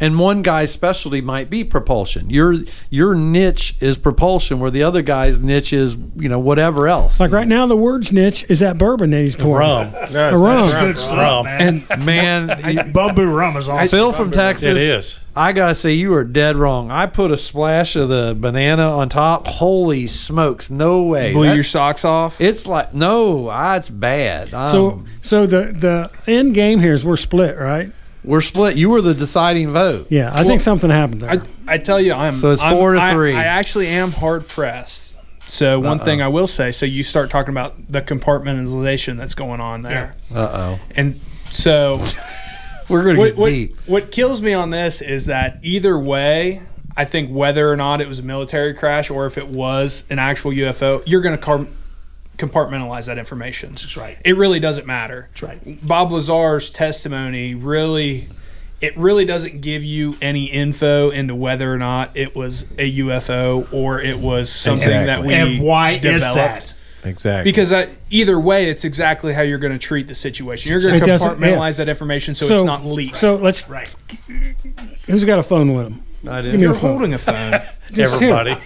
and one guy's specialty might be propulsion. Your your niche is propulsion, where the other guy's niche is you know whatever else. Like right now, the words niche is that bourbon that he's pouring. Rum. A rum. good stuff, man. man, Bamboo rum is awesome. Phil from Texas. It is. I gotta say, you are dead wrong. I put a splash of the banana on top. Holy smokes! No way. blew That- your socks off. it's like no, I, it's bad. Um, So, so the the end game here is we're split, right? we're split. You were the deciding vote. Yeah, I think something happened there. I, I tell you, I'm So it's I'm- four to I- three. I, actually am hard pressed. So one thing I will say, so you start talking about the compartmentalization that's going on there, Uh oh. and so We're gonna what, get what, deep. what kills me on this is that either way, I think whether or not it was a military crash or if it was an actual UFO, you're going to car- compartmentalize that information. That's right. It really doesn't matter. That's right. Bob Lazar's testimony really, it really doesn't give you any info into whether or not it was a UFO or it was something that we And why is developed. that? Exactly. Because I, either way, it's exactly how you're going to treat the situation. You're going It to doesn't- yeah. compartmentalize that information so, it's not leaked. So let's. Right. Who's got a phone with him? I Give me you're a phone. holding a phone. Just here. Everybody.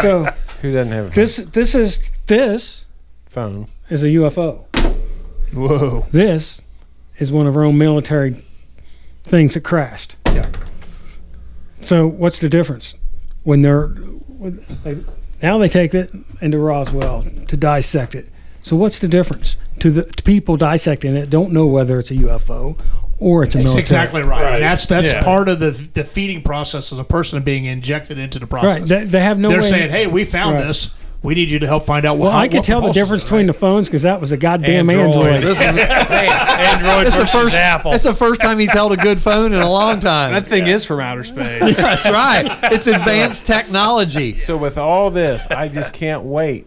So who doesn't have a this this is this phone? is a UFO. Whoa. This is one of our own military things that crashed. Yeah. So what's the difference when they're when they, now they take it into Roswell to dissect it? So what's the difference to the to people dissecting it? Don't know whether it's a UFO or it's a That's military. exactly right. Right. And that's that's Yeah. part of the the feeding process of the person being injected into the process. Right. They, they have no They're way. saying, "Hey, we found Right. this. We need you to help find out what." well, I could what tell the pulse is difference it, between right? the phones because that was a goddamn Android. This is, Android it's the versus first. Apple. It's the first time he's held a good phone in a long time. That thing is from outer space. That's right. It's advanced technology. So with all this, I just can't wait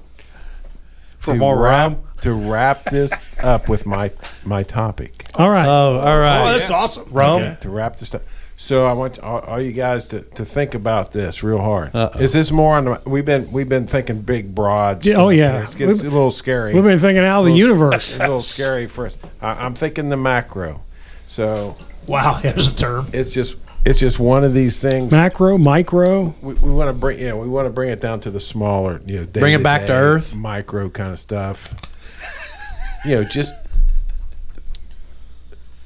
For to more wrap RAM? to wrap this up with my my topic. All right. Oh, all right. Oh, that's awesome. Rome. To wrap this up. So I want all, all you guys to, to think about this real hard. Is this more on? the- We've been we've been thinking big broad. Yeah, oh, stuff yeah. here. it gets We've- a little scary. We've been thinking out of the universe. It's a little scary for us. I, I'm thinking the macro. So Wow, there's a term. it's just it's just one of these things. Macro, micro. we, we want to bring yeah we want to bring it down to the smaller you know Bring it back to day-to-day, earth. micro kind of stuff you know just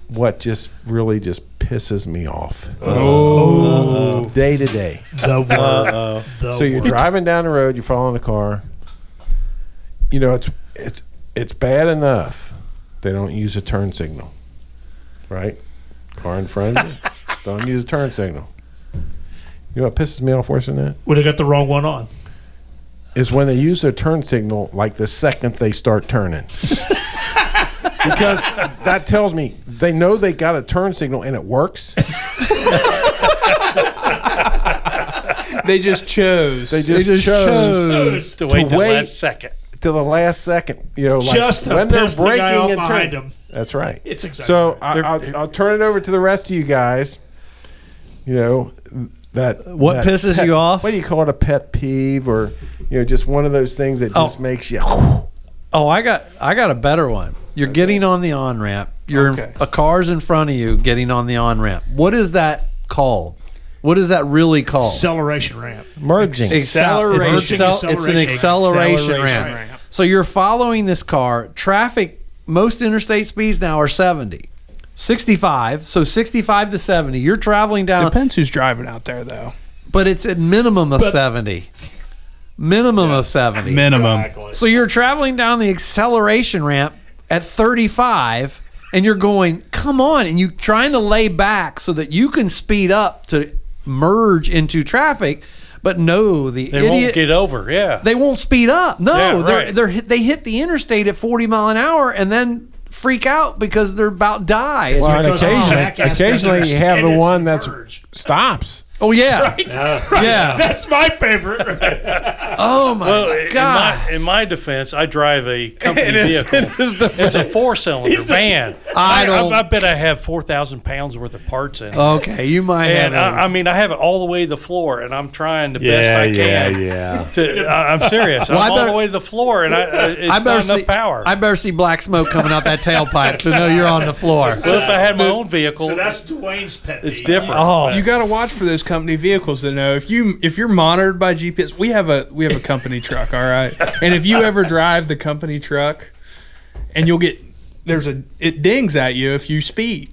what just really just pisses me off oh day to day The word. the Oh. so you're word. driving down the road, you're following a car. You know, it's it's it's bad enough they don't use a turn signal, right? Car in front of you, don't use a turn signal. You know what pisses me off worse than that Would have got the wrong one on. is when they use their turn signal like the second they start turning. because that tells me they know they got a turn signal and it works. they just chose. They just, chose. Just to wait to the wait. last second. to the last second. You know, like Just to when they're piss the guy breaking off and behind turning. him. That's right. It's exactly So right. I, I'll, I'll turn it over to the rest of you guys. You know that What that pisses pet- you off? What do you call it? A pet peeve, or you know, just one of those things that just Oh. makes you. Oh, I got I got a better one. You're getting on the on ramp. You're Okay. a car's in front of you getting on the on ramp. What is that called? What is that really called? Acceleration ramp. merging. Merging acceleration. It's, accel- it's an acceleration. acceleration, Acceleration ramp. ramp. So you're following this car. Traffic, most interstate speeds now are 70. 65. So 65 to 70. You're traveling down, Depends who's driving out there, though. but it's a minimum of 70. Minimum of 70. Minimum. So you're traveling down the acceleration ramp at 35 and you're going, come on, and you're trying to lay back so that you can speed up to merge into traffic, but no, the They idiot won't get over. Yeah. they won't speed up. No, Yeah, they're, right. they're hit, they hit the interstate at 40 mile an hour and then freak out because they're about die. It's Well, and because occasionally, that gas occasionally you doesn't have the understand one it's that's a merge. stops. oh yeah, yeah. That's my favorite. Oh my Well, in god. my, in my defense, I drive a company vehicle. it's a four-cylinder van. I don't- Oh, I, I bet I have four thousand pounds worth of parts in it. okay, you might have. and I, I those. mean, I have it all the way to the floor, and I'm trying the best Yeah, I yeah, can. yeah. To, I, I'm serious. Well, I I'm all better- the way to the floor, and I, I, it's I better not enough see, power. I better see black smoke coming out that tailpipe to know you're on the floor. well, if I had my own vehicle, so that's Dwayne's pet it's peeve. different. Oh. You got to watch for those company vehicles to know if you if you're monitored by GPS. We have a we have a company truck, all right. And if you ever drive the company truck, and you'll get there's a it dings at you if you speed.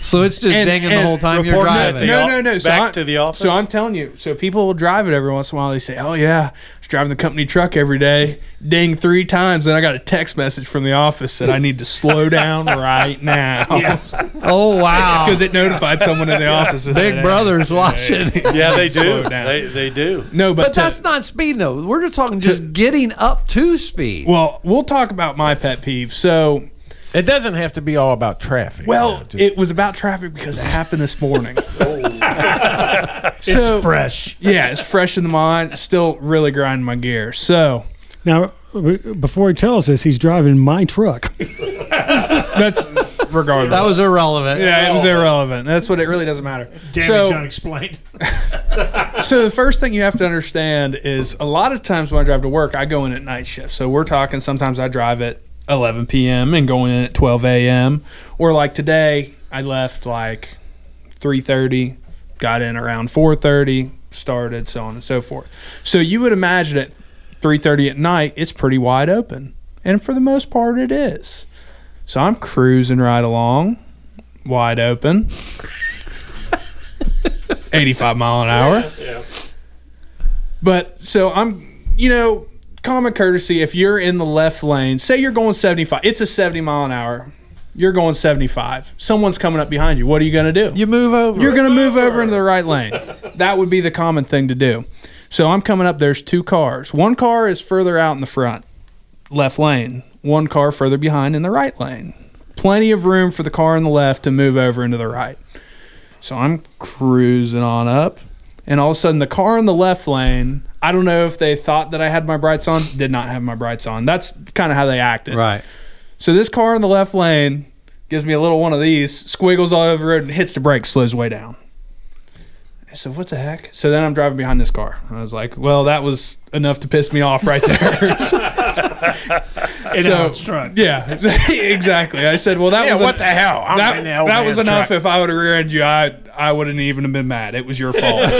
So it's just And- dinging the and whole time you're report that driving. to No, the no, op- no. So back I'm- to the office? So I'm telling you. So people will drive it every once in a while. They say, "Oh yeah, I was driving the company truck every day. Ding three times." Then I got a text message from the office that I need to slow down right now because Oh wow. it notified someone in the office. that Big said, brother's watching. yeah, they Slow do. down. They, they do. No, but, But to- that's not speed though. We're just talking just getting up to speed. well. We'll talk about my pet peeve. So It doesn't have to be all about traffic. Well, you know, just- it was about traffic because it happened this morning. It's so, fresh. yeah, it's fresh in the mind. Still really grinding my gear. So Now, w- before he tells us, he's driving my truck. that's regardless. that was irrelevant. yeah, it was irrelevant. That's what it really doesn't matter. Damage unexplained. so the first thing you have to understand is a lot of times when I drive to work, I go in at night shift. So we're talking sometimes I drive at 11 p.m. and going in at 12 a.m. Or like today, I left like 3:30, got in around 4:30, started so on and so forth. So you would imagine at 3:30 at night, it's pretty wide open, and for the most part, it is. So I'm cruising right along, wide open. 85 mile an hour. But so I'm, you know, common courtesy. If you're in the left lane, say you're going 75, it's a 70 mile an hour. You're going 75. Someone's coming up behind you. What are you going to do? You move over. You're going to move over into the right lane. That would be the common thing to do. So I'm coming up. There's two cars. One car is further out in the front, left lane. One car further behind in the right lane. Plenty of room for the car on the left to move over into the right. So I'm cruising on up, and all of a sudden the car in the left lane. I don't know if they thought that I had my brights on. Did not have my brights on. That's kind of how they acted. right. So this car in the left lane gives me a little one of these, squiggles all over the road, and hits the brake, slows way down. I said, "What the heck?" So then I'm driving behind this car. I was like, "Well, that was enough to piss me off right there." It So- struck. yeah, exactly. I said, "Well, that was what the hell." that that was enough. If I would have rear-ended you, I I wouldn't even have been mad. It was your fault.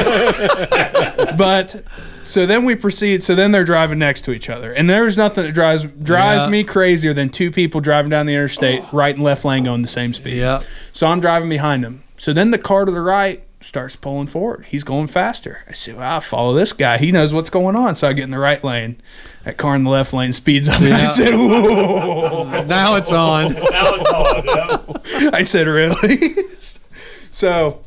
but so then we proceed. So then they're driving next to each other, and there's nothing that drives drives Yeah. Oh. me crazier than two people driving down the interstate, right and left lane, going the same speed. Yeah. So I'm driving behind him. So then the car to the right starts pulling forward. He's going faster. I said, well, I follow this guy. He knows what's going on. So I get in the right lane. That car in the left lane speeds up. I said, whoa. Now it's on. I said, really? so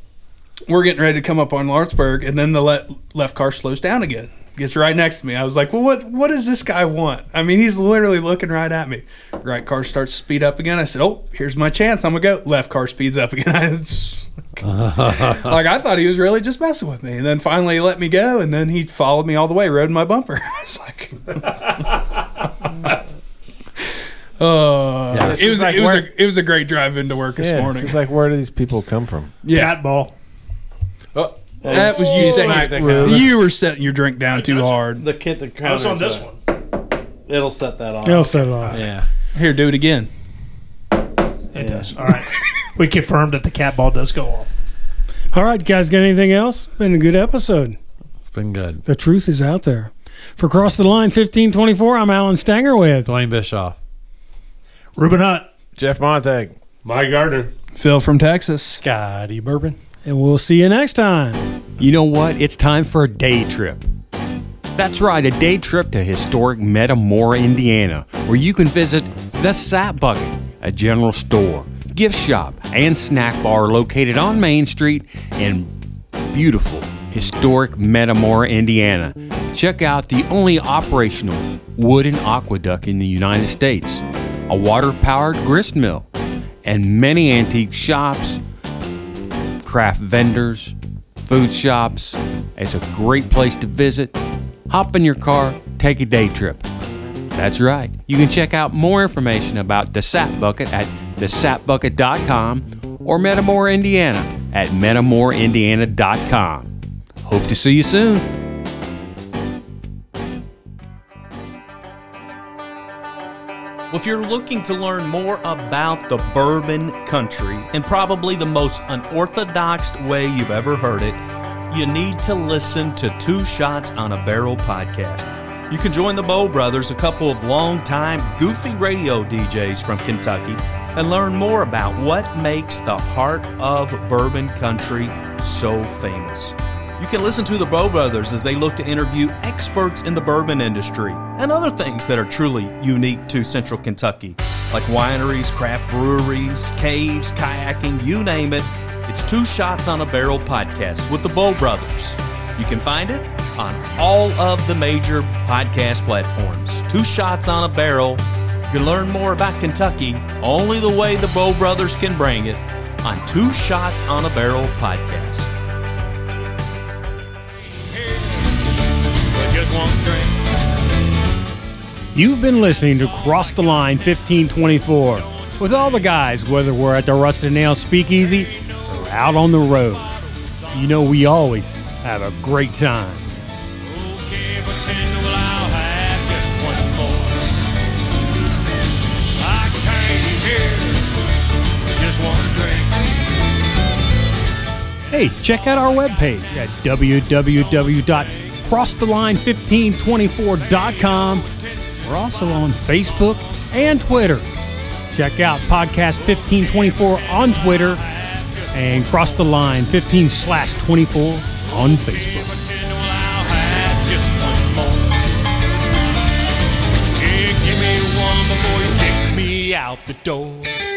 we're getting ready to come up on Lawrenceburg, and then the le- left car slows down again. Gets right next to me. I was like, well, what what does this guy want? I mean, he's literally looking right at me. Right car starts to speed up again. I said, oh, here's my chance. I'm going to go. Left car speeds up again. I was like, like, I thought he was really just messing with me. And then finally he let me go, and then he followed me all the way, rode my bumper. I was like... Uh, Yeah, it was like it was work. a it was a great drive into work this Yeah, morning. It's like, where do these people come from? Yeah, Cat ball. that was you smacked setting your, that guy. you were setting your drink down too touched it. hard. The kid that I was on this one. It'll set that off. They'll set it off. Yeah. Here, do it again. It does. All right. we confirmed that the cat ball does go off. All right, guys, got anything else? Been a good episode. It's been good. The truth is out there. For Cross the Line 1524, I'm Alan Stanger with Dwayne Bischoff. Ruben Hunt. Jeff Montag. My gardener. Phil from Texas. Scotty Bourbon. and we'll see you next time. You know what? It's time for a day trip. That's right, a day trip to historic Metamora, Indiana, where you can visit the Sap Bucket, a general store, gift shop, and snack bar located on Main Street in beautiful, historic Metamora, Indiana. Check out the only operational wooden aqueduct in the United States, a water powered grist mill, and many antique shops, craft vendors, food shops. It's a great place to visit. Hop in your car, take a day trip. That's right. You can check out more information about the Sap Bucket at thesapbucket.com or Metamore, Indiana at metamoreindiana.com. Hope to see you soon. Well, if you're looking to learn more about the bourbon country and probably the most unorthodox way you've ever heard it, you need to listen to Two Shots on a Barrel podcast. You can join the Bow Brothers, a couple of longtime goofy radio DJs from Kentucky, and learn more about what makes the heart of bourbon country so famous. You can listen to the Bow Brothers as they look to interview experts in the bourbon industry and other things that are truly unique to Central Kentucky, like wineries, craft breweries, caves, kayaking, you name it. It's Two Shots on a Barrel podcast with the Bow Brothers. You can find it on all of the major podcast platforms. Two Shots on a Barrel. You can learn more about Kentucky only the way the Bow Brothers can bring it on Two Shots on a Barrel podcast. You've been listening to Cross the Line 1524 with all the guys, whether we're at the Rusted Nail Speakeasy or out on the road. You know, we always have a great time. Okay, but ten, well, I'll have just one more. I came here with just one drink. Hey, check out our webpage at www.crosstheline1524.com. We're also on Facebook and Twitter. Check out Podcast 1524 on Twitter and Cross the Line 15 slash 24 on Facebook. But ten, well, I'll have just one more. Yeah, give me one before you kick me out the door.